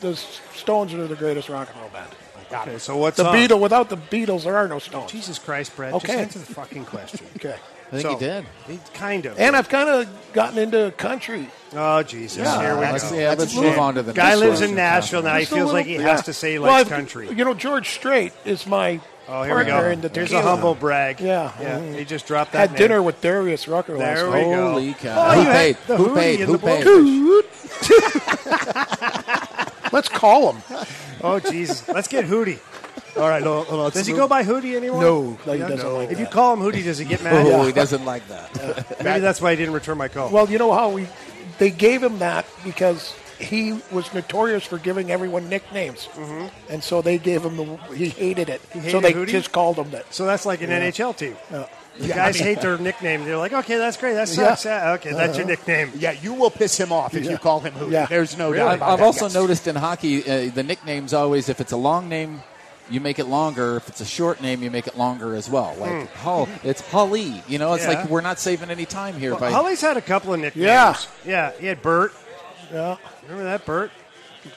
Speaker 2: the Stones are the greatest rock and roll band.
Speaker 5: Got it.
Speaker 3: So what's
Speaker 2: The
Speaker 3: up?
Speaker 2: Beatles, without the Beatles, there are no Stones.
Speaker 3: Jesus Christ, Brett. Just
Speaker 2: Okay.
Speaker 3: answer the fucking question.
Speaker 2: Okay.
Speaker 4: I think
Speaker 3: So-
Speaker 4: he did.
Speaker 3: kind of.
Speaker 2: And I've kind of gotten into country.
Speaker 3: oh Jesus, here we
Speaker 4: Let's,
Speaker 3: go.
Speaker 4: yeah, let's move on to the
Speaker 3: Guy
Speaker 4: next Uh,
Speaker 3: lives
Speaker 4: question.
Speaker 3: in Nashville now. He
Speaker 2: Just a
Speaker 3: feels
Speaker 2: little-
Speaker 3: like he
Speaker 2: yeah.
Speaker 3: has to say he
Speaker 2: Well, I've-
Speaker 3: likes country.
Speaker 2: You know, George Strait is my
Speaker 3: Oh, here we
Speaker 2: partner
Speaker 3: go.
Speaker 2: in the
Speaker 3: There's a
Speaker 2: tequila.
Speaker 3: humble brag.
Speaker 2: Yeah.
Speaker 3: yeah.
Speaker 2: Mhm.
Speaker 3: He just dropped that.
Speaker 2: Had
Speaker 3: name.
Speaker 2: dinner with Darius Rucker last
Speaker 3: There
Speaker 2: night.
Speaker 3: we go.
Speaker 4: Holy cow.
Speaker 3: Oh,
Speaker 4: Who
Speaker 3: you had
Speaker 4: paid?
Speaker 3: the
Speaker 4: Who
Speaker 3: hootie
Speaker 4: paid?
Speaker 3: and
Speaker 4: Who
Speaker 3: the
Speaker 4: paid?
Speaker 2: Let's call him.
Speaker 3: Oh Jesus, let's get Hootie.
Speaker 5: All right. No, no,
Speaker 3: Does he go by Hootie anymore?
Speaker 2: No, no, he doesn't
Speaker 3: No.
Speaker 2: like
Speaker 3: If you
Speaker 2: that.
Speaker 3: call him Hootie, does he get mad?
Speaker 4: Oh, he doesn't like that.
Speaker 3: Maybe that's why he didn't return my call.
Speaker 2: Well, you know how we they gave him that because he was notorious for giving everyone nicknames, mm-hmm. and so they gave him the he hated it. so
Speaker 3: hated
Speaker 2: they
Speaker 3: Hootie?
Speaker 2: just called him that.
Speaker 3: so that's like an NHL team.
Speaker 2: Uh,
Speaker 3: The guys hate their nickname. They're like, okay, that's great. That sucks. Yeah, okay, that's your
Speaker 2: Uh-huh.
Speaker 3: nickname.
Speaker 5: Yeah, you will piss him off if you call him Hootie.
Speaker 2: Yeah.
Speaker 5: There's no doubt
Speaker 4: I've,
Speaker 5: about
Speaker 4: I've
Speaker 5: that.
Speaker 4: also
Speaker 5: Yes.
Speaker 4: noticed in hockey, uh, the nicknames always, if it's a long name, you make it longer. If it's a short name, you make it longer as well. Like,
Speaker 2: Hmm.
Speaker 4: Hull, it's Holly. You know, it's
Speaker 3: Yeah.
Speaker 4: like we're not saving any time here by.
Speaker 3: Holly's had a couple of nicknames.
Speaker 2: Yeah.
Speaker 3: yeah. He had Bert.
Speaker 2: Yeah,
Speaker 3: Remember that Bert?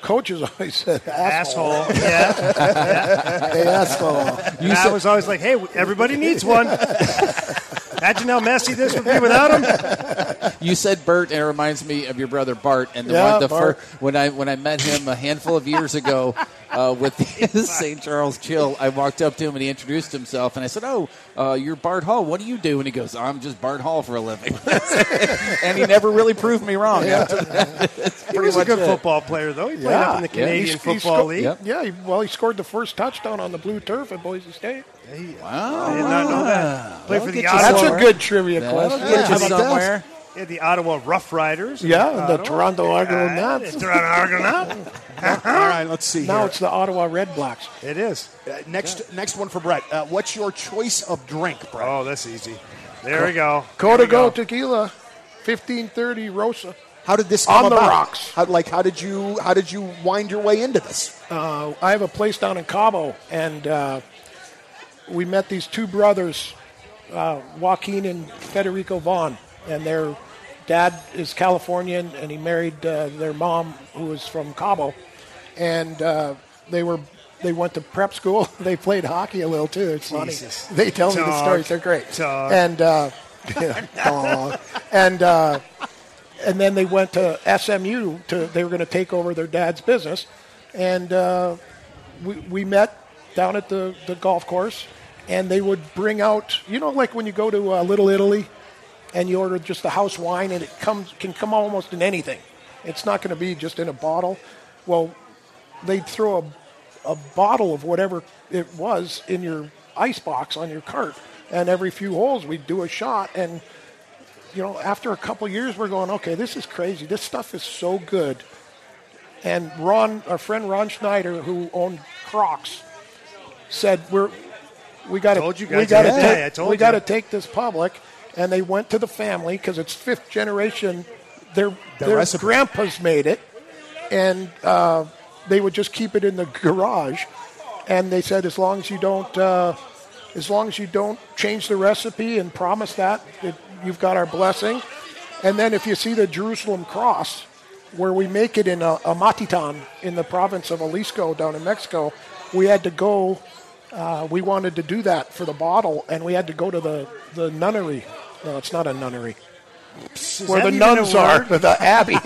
Speaker 2: coaches always said asshole.
Speaker 3: Asshole. Yeah.
Speaker 2: Hey, asshole.
Speaker 4: You
Speaker 3: and I
Speaker 4: said-
Speaker 3: was always like, hey, everybody needs one. Imagine how messy this would be without him.
Speaker 4: You said Bert, and it reminds me of your brother Bart. And the
Speaker 2: Yeah,
Speaker 4: one, the
Speaker 2: Bart.
Speaker 4: fir- when I when I met him a handful of years ago uh, with the St. Charles Chill, I walked up to him and he introduced himself, and I said, "Oh, uh, you're Bart Hall. What do you do?" And he goes, "I'm just Bart Hall for a living," and he never really proved me wrong. after that. That's
Speaker 3: He
Speaker 4: pretty
Speaker 3: was a
Speaker 4: much
Speaker 3: good
Speaker 4: it.
Speaker 3: football player, though. He played
Speaker 2: Yeah.
Speaker 3: up in the
Speaker 2: Yeah.
Speaker 3: Canadian
Speaker 2: He's- he's
Speaker 3: Football
Speaker 2: co-
Speaker 3: League.
Speaker 4: Yep.
Speaker 2: Yeah, he, well, he scored the first touchdown on the blue turf at Boise State.
Speaker 4: Wow,
Speaker 3: I did not know
Speaker 2: Ah.
Speaker 3: that. Played
Speaker 4: That'll
Speaker 3: for the
Speaker 4: get you
Speaker 2: That's
Speaker 3: Ottawa,
Speaker 4: somewhere.
Speaker 2: a good trivia
Speaker 4: That'll
Speaker 2: question.
Speaker 4: get
Speaker 2: How
Speaker 4: you
Speaker 2: about that?
Speaker 4: somewhere.
Speaker 3: yeah, the Ottawa Rough Riders.
Speaker 2: Yeah, the
Speaker 3: Ottawa.
Speaker 2: Toronto Argonauts.
Speaker 3: Yeah, the Toronto Argonauts.
Speaker 5: All right, let's see.
Speaker 2: Now
Speaker 5: here.
Speaker 2: it's the Ottawa Red Blacks.
Speaker 3: It is.
Speaker 5: Uh, next, next one for Brett. Uh, what's your choice of drink, Brett?
Speaker 4: Uh,
Speaker 3: Oh, that's easy. There we go.
Speaker 2: Coda
Speaker 3: There we
Speaker 2: Go Tequila, 1530 Rosa.
Speaker 5: How did this
Speaker 2: On
Speaker 5: come
Speaker 2: the
Speaker 5: about?
Speaker 2: rocks.
Speaker 5: How, like, how did you how did you wind your way into this?
Speaker 2: Uh, I have a place down in Cabo, and uh, we met these two brothers, uh, Joaquin and Federico Vaughn, and their dad is Californian, and he married uh, their mom, who was from Cabo, and uh, they were they went to prep school. they played hockey a little too. It's
Speaker 3: Jesus.
Speaker 2: funny. They tell me the
Speaker 3: Talk.
Speaker 2: stories. They're great.
Speaker 3: Talk.
Speaker 2: And uh, yeah, dog. and. Uh, and then they went to SMU to they were going to take over their dad's business, and uh, we we met down at the the golf course, and they would bring out you know like when you go to uh, Little Italy, and you order just the house wine and it comes can come almost in anything, it's not going to be just in a bottle. Well, they'd throw a, a bottle of whatever it was in your ice box on your cart, and every few holes we'd do a shot and you know, after a couple years, we're going, okay, this is crazy. This stuff is so good. And Ron, our friend Ron Schneider, who owned Crocs, said, "We're we got
Speaker 3: Told you
Speaker 2: to
Speaker 3: guys
Speaker 2: we got to
Speaker 3: the other day, I
Speaker 2: take
Speaker 3: told
Speaker 2: we
Speaker 3: you."
Speaker 2: got to take this public." And they went to the family because it's fifth generation. Their their
Speaker 5: recipe.
Speaker 2: grandpas made it, and uh, they would just keep it in the garage. And they said, as long as you don't, uh, as long as you don't change the recipe and promise that, that you've got our blessing. And then if you see the Jerusalem cross, where we make it in a, a Matitan in the province of Jalisco down in Mexico, we had to go. Uh, we wanted to do that for the bottle, and we had to go to the, the nunnery. No, it's not a nunnery. Where
Speaker 3: that
Speaker 2: the
Speaker 3: even a
Speaker 2: nuns are,
Speaker 3: word?
Speaker 2: the abbey.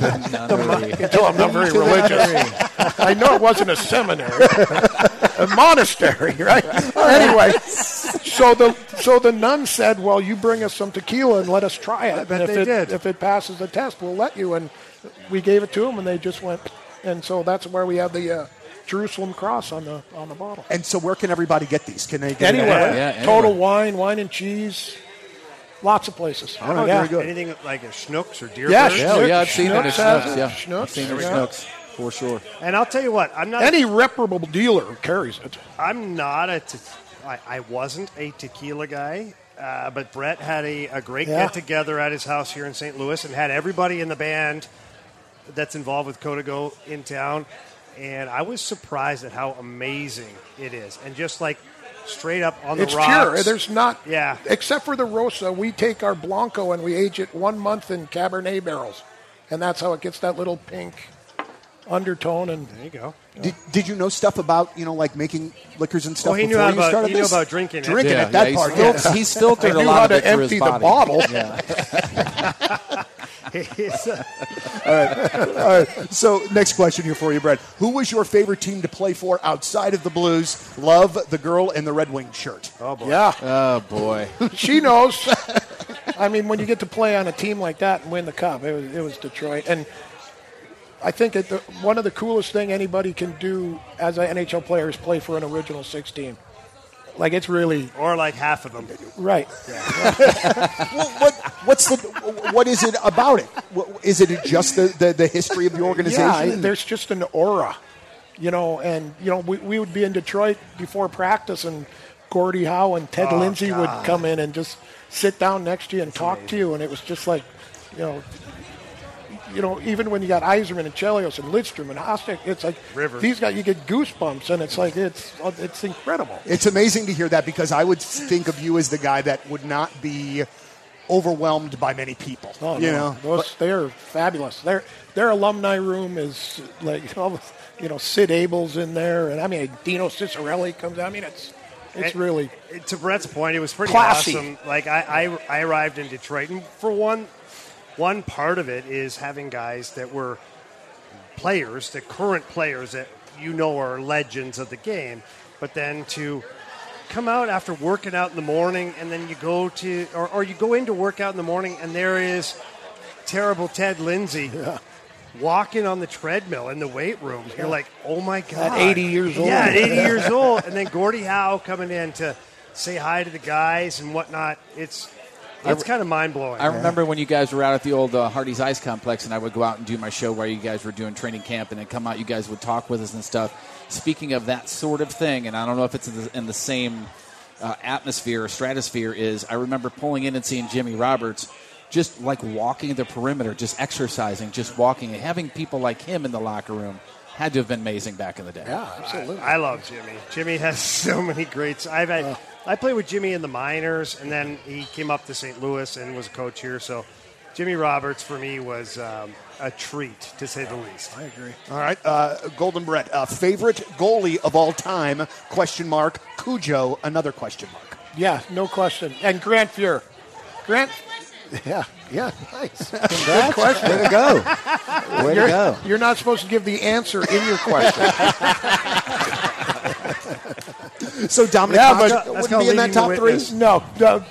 Speaker 4: Nunnery.
Speaker 2: Until I'm not very religious. I know it wasn't a seminary, a monastery, right? Anyway, so the so the nun said, "Well, you bring us some tequila and let us try it.
Speaker 3: bet
Speaker 2: and if
Speaker 3: they
Speaker 2: it,
Speaker 3: did.
Speaker 2: If it passes the test, we'll let you." And we gave it to them, and they just went. And so that's where we have the uh, Jerusalem cross on the on the bottle.
Speaker 5: And so, where can everybody get these? Can they get it?
Speaker 2: Anyway,
Speaker 4: yeah,
Speaker 2: total
Speaker 4: anywhere.
Speaker 2: wine, wine and cheese, lots of places.
Speaker 3: How about
Speaker 2: Yeah.
Speaker 3: Oh, anything like a Schnooks or Deer
Speaker 2: Yeah,
Speaker 3: Bird?
Speaker 4: Yeah,
Speaker 2: Schnucks-
Speaker 4: yeah, I've seen it at
Speaker 2: Schnucks has
Speaker 4: Schnucks.
Speaker 2: it.
Speaker 4: Yeah,
Speaker 2: Schnucks,
Speaker 4: I've seen it
Speaker 2: there
Speaker 4: at
Speaker 2: we go.
Speaker 4: Schnucks for sure.
Speaker 3: And I'll tell you what, I'm not.
Speaker 2: Any reputable dealer carries it.
Speaker 3: I'm not a. Te- I, I wasn't a tequila guy, uh, but Brett had a, a great
Speaker 2: Yeah.
Speaker 3: get together at his house here in St. Louis and had everybody in the band that's involved with Codigo in town. And I was surprised at how amazing it is. And just like straight up on
Speaker 2: It's
Speaker 3: the rocks.
Speaker 2: pure. There's not,
Speaker 3: Yeah.
Speaker 2: except for the Rosa, we take our Blanco and we age it one month in Cabernet barrels. And that's how it gets that little pink undertone. And
Speaker 3: There you go.
Speaker 5: Did, did you know stuff about you know like making liquors and stuff?
Speaker 3: Well, he knew
Speaker 5: before
Speaker 3: how
Speaker 5: you
Speaker 3: about-
Speaker 5: started
Speaker 3: he knew
Speaker 5: this?
Speaker 3: about drinking it.
Speaker 5: Drinking
Speaker 4: yeah,
Speaker 5: at that
Speaker 4: yeah,
Speaker 5: part.
Speaker 4: He's, filtered, he's filtered a
Speaker 2: knew
Speaker 4: lot
Speaker 2: how
Speaker 4: of
Speaker 2: to
Speaker 4: it through his
Speaker 2: empty the
Speaker 4: body.
Speaker 2: bottle.
Speaker 4: Yeah.
Speaker 3: It's, uh,
Speaker 5: So, next question here for you, Brett. Who was your favorite team to play for outside of the Blues? Love the girl in the Red Wing shirt.
Speaker 3: oh, boy.
Speaker 2: yeah,
Speaker 4: Oh boy.
Speaker 2: she knows. I mean, when you get to play on a team like that and win the cup, it was, it was Detroit. And I think that the, one of the coolest thing anybody can do as an NHL player is play for an original six team. Like it's really
Speaker 3: Or like half of them.
Speaker 2: right.
Speaker 5: Well, what what's the what is it about it? What, is it just the, the, the history of the organization?
Speaker 2: Yeah, there's just an aura, you know. And you know, we, we would be in Detroit before practice, and Gordie Howe and Ted Lindsay would come in and just sit down next to you and talk to you, and it was just like, you know, you know, even when you got Eiserman and Chelios and Lidstrom and Hostek, it's like
Speaker 3: Rivers.
Speaker 2: these guys, you get goosebumps, and it's like it's it's incredible.
Speaker 5: It's amazing to hear that because I would think of you as the guy that would not be overwhelmed by many people.
Speaker 2: Oh,
Speaker 5: you
Speaker 2: no.
Speaker 5: know,
Speaker 2: those, they're fabulous. Their their alumni room is like all the- you know Sid Abel's in there, and I mean Dino Cicerelli comes. out. I mean it's it's
Speaker 3: It-
Speaker 2: really
Speaker 3: it- to Brett's point, it was pretty
Speaker 2: Classy.
Speaker 3: awesome. Like I, I, I arrived in Detroit, and for one, one part of it is having guys that were players, the current players that you know are legends of the game, but then to come out after working out in the morning, and then you go to, or, or you go in to work out in the morning, and there is terrible Ted Lindsay. Walking on the treadmill in the weight room, you're like, "Oh my god!"
Speaker 2: 80 years old.
Speaker 3: yeah, at 80 years old, and then Gordie Howe coming in to say hi to the guys and whatnot. It's it's kind of mind blowing.
Speaker 4: I remember when you guys were out at the old uh, Hardy's Ice Complex, and I would go out and do my show while you guys were doing training camp, and then come out. You guys would talk with us and stuff. Speaking of that sort of thing, and I don't know if it's in the, in the same uh, atmosphere or stratosphere. Is I remember pulling in and seeing Jimmy Roberts. Just like walking the perimeter, just exercising, just walking, and having people like him in the locker room had to have been amazing back in the day.
Speaker 2: yeah absolutely.
Speaker 3: I love Jimmy. Jimmy has so many greats. I've had I played with Jimmy in the minors, and then he came up to St. Louis and was a coach here. So Jimmy Roberts for me was um, a treat to say the least.
Speaker 2: I agree.
Speaker 5: All right, uh, Golden Brett, uh, favorite goalie of all time? Question mark. Cujo, another question mark.
Speaker 2: Yeah, no question. And Grant Fuhr. Grant. Yeah, yeah, nice. Good question.
Speaker 6: Way to go. Way to go.
Speaker 2: You're not supposed to give the answer in your question.
Speaker 5: So Dominic
Speaker 2: Yeah,
Speaker 5: Vaca
Speaker 2: but-
Speaker 3: That's
Speaker 5: wouldn't
Speaker 3: called
Speaker 5: be in that
Speaker 3: leading the
Speaker 5: top three.
Speaker 3: witness.
Speaker 2: no, no,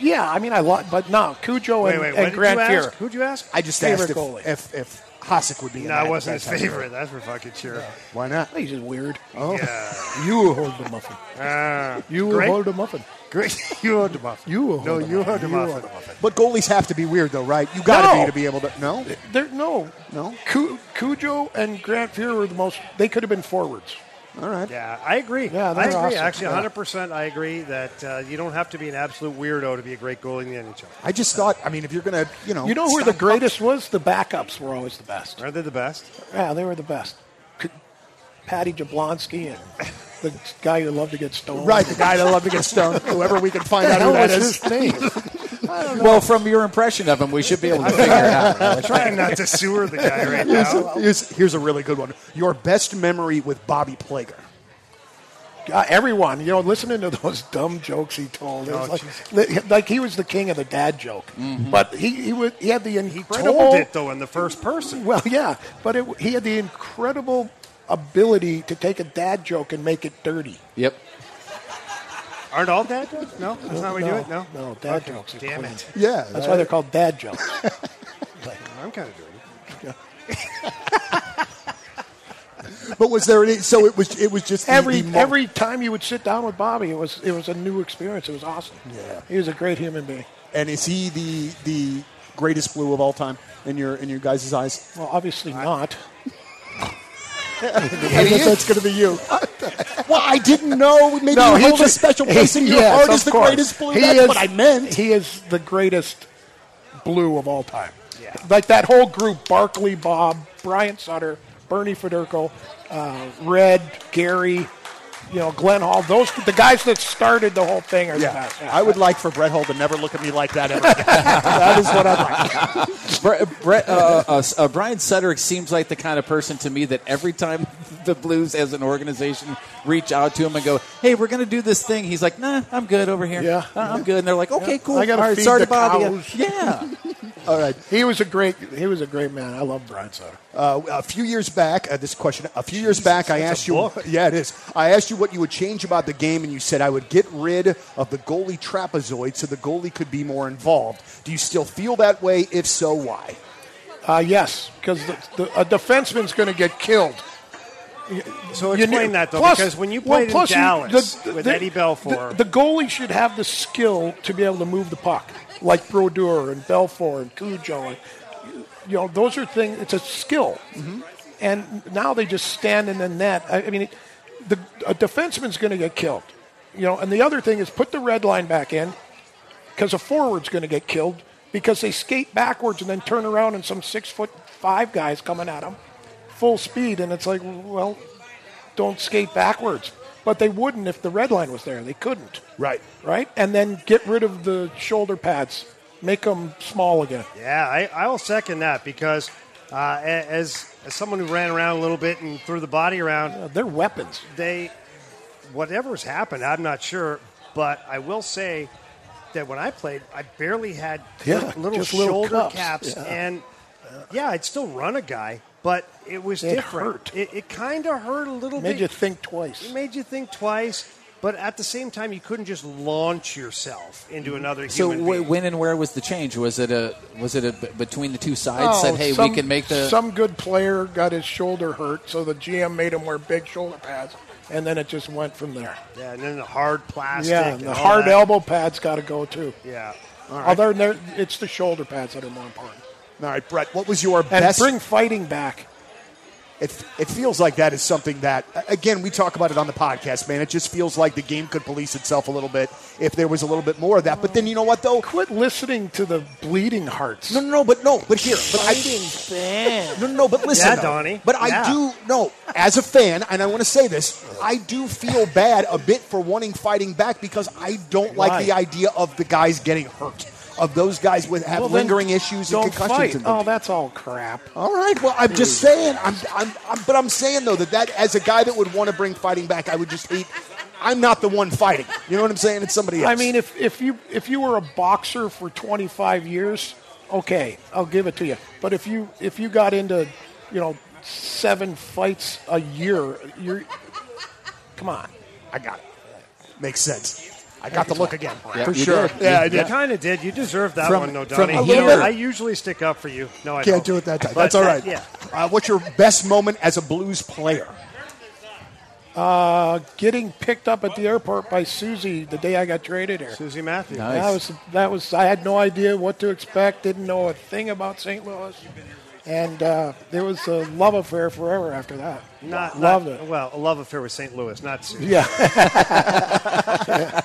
Speaker 2: yeah, I mean I love, but no, Cujo
Speaker 3: Wait,
Speaker 2: and,
Speaker 3: wait,
Speaker 2: and
Speaker 3: what did
Speaker 2: Grant
Speaker 3: you ask?
Speaker 2: Fuhr.
Speaker 3: Who'd you ask?
Speaker 5: I just
Speaker 2: Favorite
Speaker 5: asked if,
Speaker 2: goalie.
Speaker 5: if if Hasek would be. in
Speaker 3: no,
Speaker 5: that
Speaker 3: I wasn't his
Speaker 5: that time.
Speaker 3: favorite. That's for fucking sure.
Speaker 5: Why not?
Speaker 2: He's just weird.
Speaker 3: Yeah.
Speaker 2: You hold the muffin.
Speaker 3: Uh,
Speaker 2: You
Speaker 3: Great.
Speaker 2: hold the muffin.
Speaker 3: great. you owed the muffin.
Speaker 2: You hold
Speaker 3: no,
Speaker 2: him
Speaker 3: you
Speaker 2: up.
Speaker 3: owed the
Speaker 2: You
Speaker 3: muffin.
Speaker 2: owed
Speaker 5: But goalies have to be weird, though, right? You got to
Speaker 2: No.
Speaker 5: be to be able to. No,
Speaker 2: There, no,
Speaker 5: No?
Speaker 2: Cu- Cujo and Grant Fuhr were the most. They could have been forwards.
Speaker 5: All right.
Speaker 3: Yeah, I agree.
Speaker 2: Yeah,
Speaker 3: I
Speaker 2: they're
Speaker 3: agree.
Speaker 2: awesome.
Speaker 3: Actually,
Speaker 2: Yeah.
Speaker 3: 100%. I agree that uh, you don't have to be an absolute weirdo to be a great goalie in the NHL.
Speaker 5: I just thought, I mean, if you're going to, you know.
Speaker 2: You know who
Speaker 5: stop
Speaker 2: the greatest was? The backups were always the best.
Speaker 3: Aren't they the best?
Speaker 2: Yeah, they were the best. Patty Jablonski and the guy who loved to get stolen.
Speaker 5: Right, the guy that loved to get stoned. Whoever we can find
Speaker 2: What the
Speaker 5: out who
Speaker 2: hell
Speaker 5: that
Speaker 2: was
Speaker 5: is.
Speaker 2: his name?
Speaker 4: Well, from your impression of him, we should be able to figure it out.
Speaker 3: I'm trying not to sewer the guy right now.
Speaker 5: Here's, here's a really good one. Your best memory with Bobby Plager.
Speaker 2: God, Uh, everyone, you know, listening to those dumb jokes he told, it was
Speaker 3: Oh, Mm-hmm.
Speaker 2: like, li- like he was the king of the dad joke. But he he, was, he had the
Speaker 3: He
Speaker 2: incredible.
Speaker 3: told it, though, in the first person.
Speaker 2: Well, yeah, but it, he had the incredible ability to take a dad joke and make it dirty.
Speaker 4: Yep.
Speaker 3: Aren't all dad jokes? No? That's not how we do it? No?
Speaker 2: no, dad
Speaker 3: Okay,
Speaker 2: jokes. are
Speaker 3: Damn
Speaker 2: clean.
Speaker 3: it.
Speaker 5: Yeah.
Speaker 2: That's why they're called dad jokes.
Speaker 3: I'm kind of dirty.
Speaker 5: But was there any? So it was. It was just the-
Speaker 2: every
Speaker 5: the mo-
Speaker 2: every time you would sit down with Bobby, it was it was a new experience. It was awesome.
Speaker 5: Yeah.
Speaker 2: he was a great human being.
Speaker 5: And is he the the greatest blue of all time in your in your guys' eyes?
Speaker 2: Well, obviously not.
Speaker 5: I guess that's going to be you. well, I didn't know. Maybe
Speaker 2: No,
Speaker 5: you
Speaker 2: he
Speaker 5: hold a
Speaker 2: just-
Speaker 5: special place in your
Speaker 2: yes,
Speaker 5: heart
Speaker 2: of
Speaker 5: as the
Speaker 2: course.
Speaker 5: greatest blue.
Speaker 2: He
Speaker 5: that's
Speaker 2: is-
Speaker 5: what I meant.
Speaker 2: He is the greatest blue of all time.
Speaker 3: Yeah.
Speaker 2: like that whole group: Barkley, Bob, Brian Sutter, Bernie Federko, uh, Red, Gary. You know, Glenn Hall. Those the guys that started the whole thing are the
Speaker 5: Yeah,
Speaker 2: best.
Speaker 5: I would like for Brett Hull to never look at me like that ever. Again. that is what I'd like.
Speaker 4: Bre- Bre- uh, uh, uh, Brian Sutter seems like the kind of person to me that every time the Blues as an organization reach out to him and go, "Hey, we're going to do this thing," he's like, "Nah, I'm good over here.
Speaker 2: Yeah.
Speaker 4: Uh, I'm good." And they're like, "Okay, cool.
Speaker 2: I gotta
Speaker 4: All right,
Speaker 2: feed
Speaker 4: sorry
Speaker 2: the
Speaker 4: to bother you."
Speaker 2: cows.
Speaker 4: Yeah.
Speaker 5: All right.
Speaker 2: He was a great. He was a great man. I love Brian Sutter.
Speaker 5: Uh, a few years back, uh, this question. A few years back, I
Speaker 3: that's
Speaker 5: asked
Speaker 3: a
Speaker 5: you.
Speaker 3: book.
Speaker 5: Yeah, it is. I asked you what you would change about the game, and you said I would get rid of the goalie trapezoid so the goalie could be more involved. Do you still feel that way? If so, why?
Speaker 2: Uh, yes, because the, the, a defenseman's going to get killed.
Speaker 3: So
Speaker 2: You
Speaker 3: explain
Speaker 2: knew-
Speaker 3: that, though,
Speaker 2: plus-
Speaker 3: because when you
Speaker 2: well,
Speaker 3: played
Speaker 2: plus
Speaker 3: in
Speaker 2: you-
Speaker 3: Dallas
Speaker 2: the-
Speaker 3: with
Speaker 2: the-
Speaker 3: Eddie Belfour,
Speaker 2: the, the goalie should have the skill to be able to move the puck, like Brodeur and Belfour and Cujo. And, you know, those are things. It's a skill,
Speaker 3: Mm-hmm.
Speaker 2: and now they just stand in the net. I, I mean, it, the, a defenseman's going to get killed. You know, and the other thing is put the red line back in because a forward's going to get killed because they skate backwards and then turn around and some six foot five guys coming at them full speed and it's like well don't skate backwards but they wouldn't if the red line was there they couldn't
Speaker 5: Right.
Speaker 2: right and then get rid of the shoulder pads make them small again
Speaker 3: Yeah, I, I will second that because uh, a- as as someone who ran around a little bit and threw the body around,
Speaker 2: Uh, they're weapons
Speaker 3: they whatever's happened, I'm not sure, but I will say that when I played, I barely had
Speaker 2: Yeah,
Speaker 3: li- little
Speaker 2: just little
Speaker 3: shoulder
Speaker 2: cups,
Speaker 3: caps,
Speaker 2: yeah.
Speaker 3: and yeah, I'd still run a guy, but it was
Speaker 2: It
Speaker 3: different.
Speaker 2: hurt.
Speaker 3: It, it kind of hurt a little
Speaker 2: made
Speaker 3: bit.
Speaker 2: you think twice
Speaker 3: It made you think twice, but at the same time, you couldn't just launch yourself
Speaker 2: Mm-hmm.
Speaker 3: into another
Speaker 4: So
Speaker 3: human
Speaker 4: wh-
Speaker 3: being.
Speaker 4: when and where was the change? Was it a was it a b- between the two sides?
Speaker 2: Oh,
Speaker 4: said, "Hey,
Speaker 2: some-
Speaker 4: we can make the."
Speaker 2: Some good player got his shoulder hurt, so the GM made him wear big shoulder pads, and then it just went from there.
Speaker 3: yeah, and then the hard plastic.
Speaker 2: yeah,
Speaker 3: and
Speaker 2: the
Speaker 3: all
Speaker 2: hard
Speaker 3: that.
Speaker 2: elbow pads got to go too.
Speaker 3: Yeah.
Speaker 2: Although they're- it's the shoulder pads that are more important.
Speaker 5: All right, Brett. What was your
Speaker 2: And
Speaker 5: best?
Speaker 2: bring fighting back.
Speaker 5: It, it feels like that is something that, again, we talk about it on the podcast, man. It just feels like the game could police itself a little bit if there was a little bit more of that. But then you know what, though?
Speaker 2: Quit listening to the bleeding hearts.
Speaker 5: No, no, no, but no, but here, but I No, no, no, but listen,
Speaker 3: Yeah,
Speaker 5: though.
Speaker 3: Donnie.
Speaker 5: But I
Speaker 3: Yeah.
Speaker 5: do no, as a fan, and I want to say this, I do feel bad a bit for wanting fighting back because I don't like
Speaker 2: Why?
Speaker 5: the idea of the guys getting hurt, of those guys with have
Speaker 2: Well, then
Speaker 5: lingering issues and
Speaker 2: don't
Speaker 5: concussions.
Speaker 2: fight.
Speaker 5: And things.
Speaker 2: oh, that's all crap.
Speaker 5: All right. Well, I'm just saying. I'm, I'm, I'm, but I'm saying though that that as a guy that would want to bring fighting back, I would just hate. I'm not the one fighting. You know what I'm saying? It's somebody else.
Speaker 2: I mean, if, if you if you were a boxer for 25 years, okay, I'll give it to you. But if you if you got into, you know, seven fights a year, you're come on.
Speaker 5: I got it. Makes sense. I got the look again for
Speaker 4: you
Speaker 5: sure.
Speaker 4: did.
Speaker 5: Yeah, I
Speaker 3: You
Speaker 5: did.
Speaker 3: kind of did. You deserved that
Speaker 4: From-
Speaker 3: one, no,
Speaker 4: from
Speaker 3: Donnie.
Speaker 4: a
Speaker 3: You know,
Speaker 4: little bit.
Speaker 3: I usually stick up for you. No, I
Speaker 5: Can't
Speaker 3: don't.
Speaker 5: do it that time.
Speaker 3: But
Speaker 5: That's all right.
Speaker 3: Yeah.
Speaker 5: Uh, what's your best moment as a blues player?
Speaker 2: Uh, getting picked up at the airport by Susie the day I got traded here.
Speaker 3: Susie Matthews.
Speaker 4: Nice.
Speaker 2: That was that was. I had no idea what to expect. Didn't know a thing about St. Louis. and uh, there was a love affair forever after that.
Speaker 3: Not,
Speaker 2: loved
Speaker 3: not-
Speaker 2: it.
Speaker 3: Well, a love affair with St. Louis, not Sue.
Speaker 2: Yeah,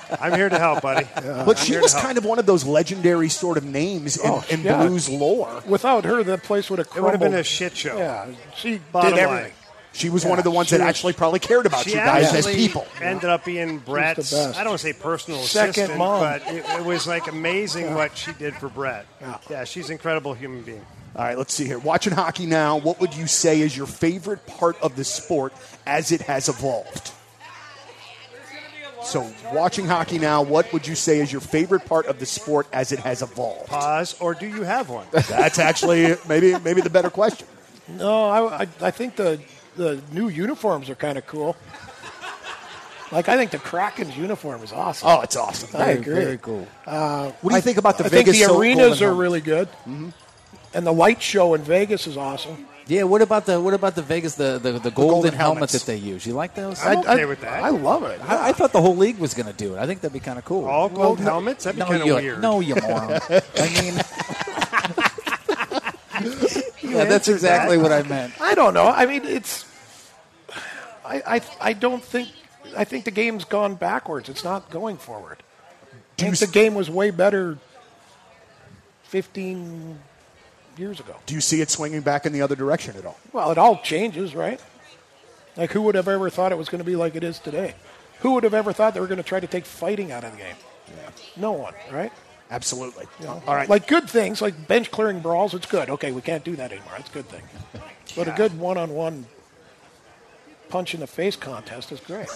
Speaker 3: I'm here to help, buddy.
Speaker 5: But she was kind of one of those legendary sort of names in, in
Speaker 2: yeah.
Speaker 5: blues lore.
Speaker 2: without her, that place would have
Speaker 3: It
Speaker 2: crumbled.
Speaker 3: would have been a shit show.
Speaker 2: Yeah, she
Speaker 3: Bottom
Speaker 2: did
Speaker 3: line.
Speaker 2: everything.
Speaker 5: She was one of the ones that actually probably cared about
Speaker 3: She
Speaker 5: you guys as
Speaker 3: actually
Speaker 5: people.
Speaker 3: Ended up being Brett's.
Speaker 2: best.
Speaker 3: I don't want to say personal
Speaker 2: Second
Speaker 3: assistant,
Speaker 2: mom.
Speaker 3: but it, it was like amazing what she did for Brett. Yeah, she's an incredible human being.
Speaker 5: All right, let's see here. Watching hockey now, what would you say is your favorite part of the sport as it has evolved? So, watching hockey now, what would you say is your favorite part of the sport as it has evolved?
Speaker 3: Pause, or do you have one?
Speaker 5: That's actually maybe maybe the better question.
Speaker 2: No, I, I, I think the the new uniforms are kind of cool. Like I think the Kraken's uniform is awesome.
Speaker 5: Oh, it's awesome.
Speaker 2: I
Speaker 6: Very,
Speaker 2: agree.
Speaker 6: very cool.
Speaker 5: What do you think about the
Speaker 2: I
Speaker 5: Vegas
Speaker 2: think the
Speaker 5: Silver
Speaker 2: arenas
Speaker 5: Bullet
Speaker 2: are
Speaker 5: Home?
Speaker 2: really good, and the light show in Vegas is awesome.
Speaker 4: Yeah, what about the what about the Vegas the the, the, golden,
Speaker 5: golden helmets.
Speaker 4: helmets. that they use? You like those?
Speaker 3: I'm
Speaker 4: I,
Speaker 3: okay with that.
Speaker 2: I love it.
Speaker 4: I thought the whole league was going to do it. I think that'd be kind of cool.
Speaker 3: All gold helmets? That'd be
Speaker 4: no,
Speaker 3: kind
Speaker 4: you,
Speaker 3: of weird.
Speaker 4: no, you moron. I mean, yeah, that's exactly what I meant.
Speaker 2: I don't know. I mean, it's. I, I I don't think. I think the game's gone backwards. It's not going forward. I think the game was way better. Fifteen years ago.
Speaker 5: Do you see it swinging back in the other direction at all?
Speaker 2: Well, it all changes, right? Like, who would have ever thought it was going to be like it is today? Who would have ever thought they were going to try to take fighting out of the game? No one, right?
Speaker 5: Absolutely. All right.
Speaker 2: Like, good things, like bench clearing brawls, it's good. Okay, we can't do that anymore. That's a good thing. But a good one on one punch in the face contest is great.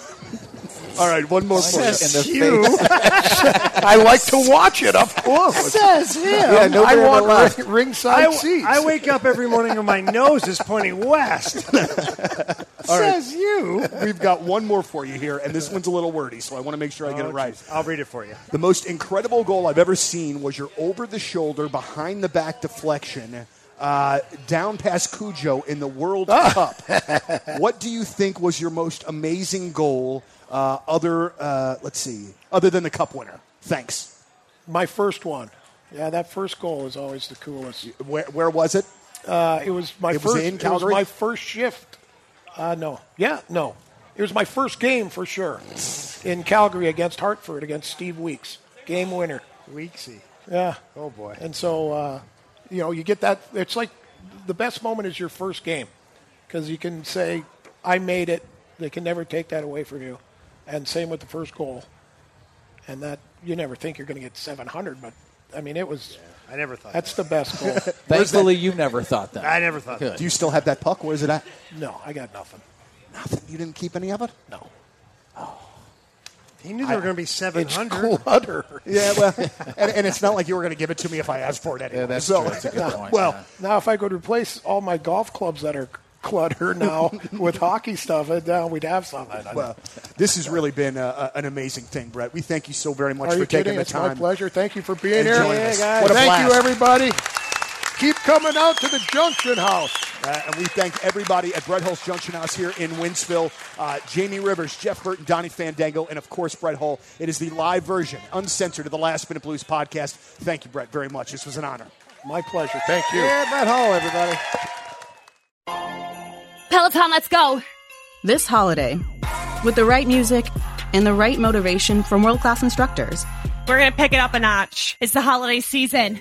Speaker 5: all right. One more
Speaker 4: Says
Speaker 5: point.
Speaker 4: you.
Speaker 2: I like to watch it, of course.
Speaker 6: Says him.
Speaker 2: Yeah,
Speaker 6: nobody
Speaker 2: I
Speaker 6: ever
Speaker 2: want
Speaker 6: left.
Speaker 2: ring, ringside
Speaker 3: I,
Speaker 2: seats.
Speaker 3: I wake up every morning and my nose is pointing west.
Speaker 6: Says you.
Speaker 5: We've got one more for you here, and this one's a little wordy, so I want to make sure I
Speaker 2: Oh,
Speaker 5: get it right.
Speaker 3: I'll read it for you.
Speaker 5: The most incredible goal I've ever seen was your over the shoulder, behind the back deflection, uh, down past Cujo in the World
Speaker 2: Ah.
Speaker 5: Cup. what do you think was your most amazing goal? Uh, other, uh, let's see, other than the Cup winner. Thanks.
Speaker 2: My first one. Yeah, that first goal is always the coolest.
Speaker 5: Where, where was it?
Speaker 2: Uh, it was my
Speaker 5: It was
Speaker 2: first.
Speaker 5: in
Speaker 2: it was
Speaker 5: Calgary?
Speaker 2: my first shift. Uh, no. Yeah. No. It was my first game for sure in Calgary against Hartford against Steve Weeks, game winner.
Speaker 3: Weeksy.
Speaker 2: Yeah.
Speaker 3: Oh, boy.
Speaker 2: And so, uh, you know, you get that. It's like the best moment is your first game because you can say, "I made it." They can never take that away from you. And same with the first goal. And that you never think you're going to get 700, but I mean, it was.
Speaker 3: I never thought
Speaker 2: That's the best goal.
Speaker 4: Thankfully, you never thought that.
Speaker 3: that. I never thought that.
Speaker 5: Do you still have that puck? Where's it at?
Speaker 2: no, I got nothing.
Speaker 5: Nothing. You didn't keep any of it?
Speaker 2: No.
Speaker 3: He knew there were going to be 700.
Speaker 2: clutter.
Speaker 5: Yeah, well, and, and it's not like you were going to give it to me if I asked for it anyway.
Speaker 4: Yeah, that's
Speaker 5: so,
Speaker 4: true. That's a good point.
Speaker 5: Well,
Speaker 4: yeah.
Speaker 2: Now, if I could replace all my golf clubs that are clutter now with hockey stuff, uh, now we'd have something.
Speaker 5: Well, this has really been uh, a, an amazing thing, Brett. We thank you so very much
Speaker 2: are
Speaker 5: for
Speaker 2: you
Speaker 5: taking
Speaker 2: kidding?
Speaker 5: the
Speaker 2: It's
Speaker 5: time.
Speaker 2: my pleasure. Thank you for being
Speaker 5: and
Speaker 2: here.
Speaker 5: joining us.
Speaker 2: guys.
Speaker 5: What a
Speaker 2: Thank you,
Speaker 5: blast.
Speaker 2: everybody. Keep coming out to the Junction House.
Speaker 5: Uh, and we thank everybody at Brett Hull's Junction House here in Winsville. Uh, Jamie Rivers, Jeff Burton, Donnie Fandango, and of course, Brett Hull. It is the live version, uncensored, of the Last Minute Blues podcast. Thank you, Brett, very much. This was an honor.
Speaker 2: My pleasure. Thank you.
Speaker 6: Yeah, Brett Hall, everybody.
Speaker 7: Peloton, let's go!
Speaker 8: This holiday, with the right music and the right motivation from world class instructors,
Speaker 7: We're gonna pick it up a notch. It's the holiday season.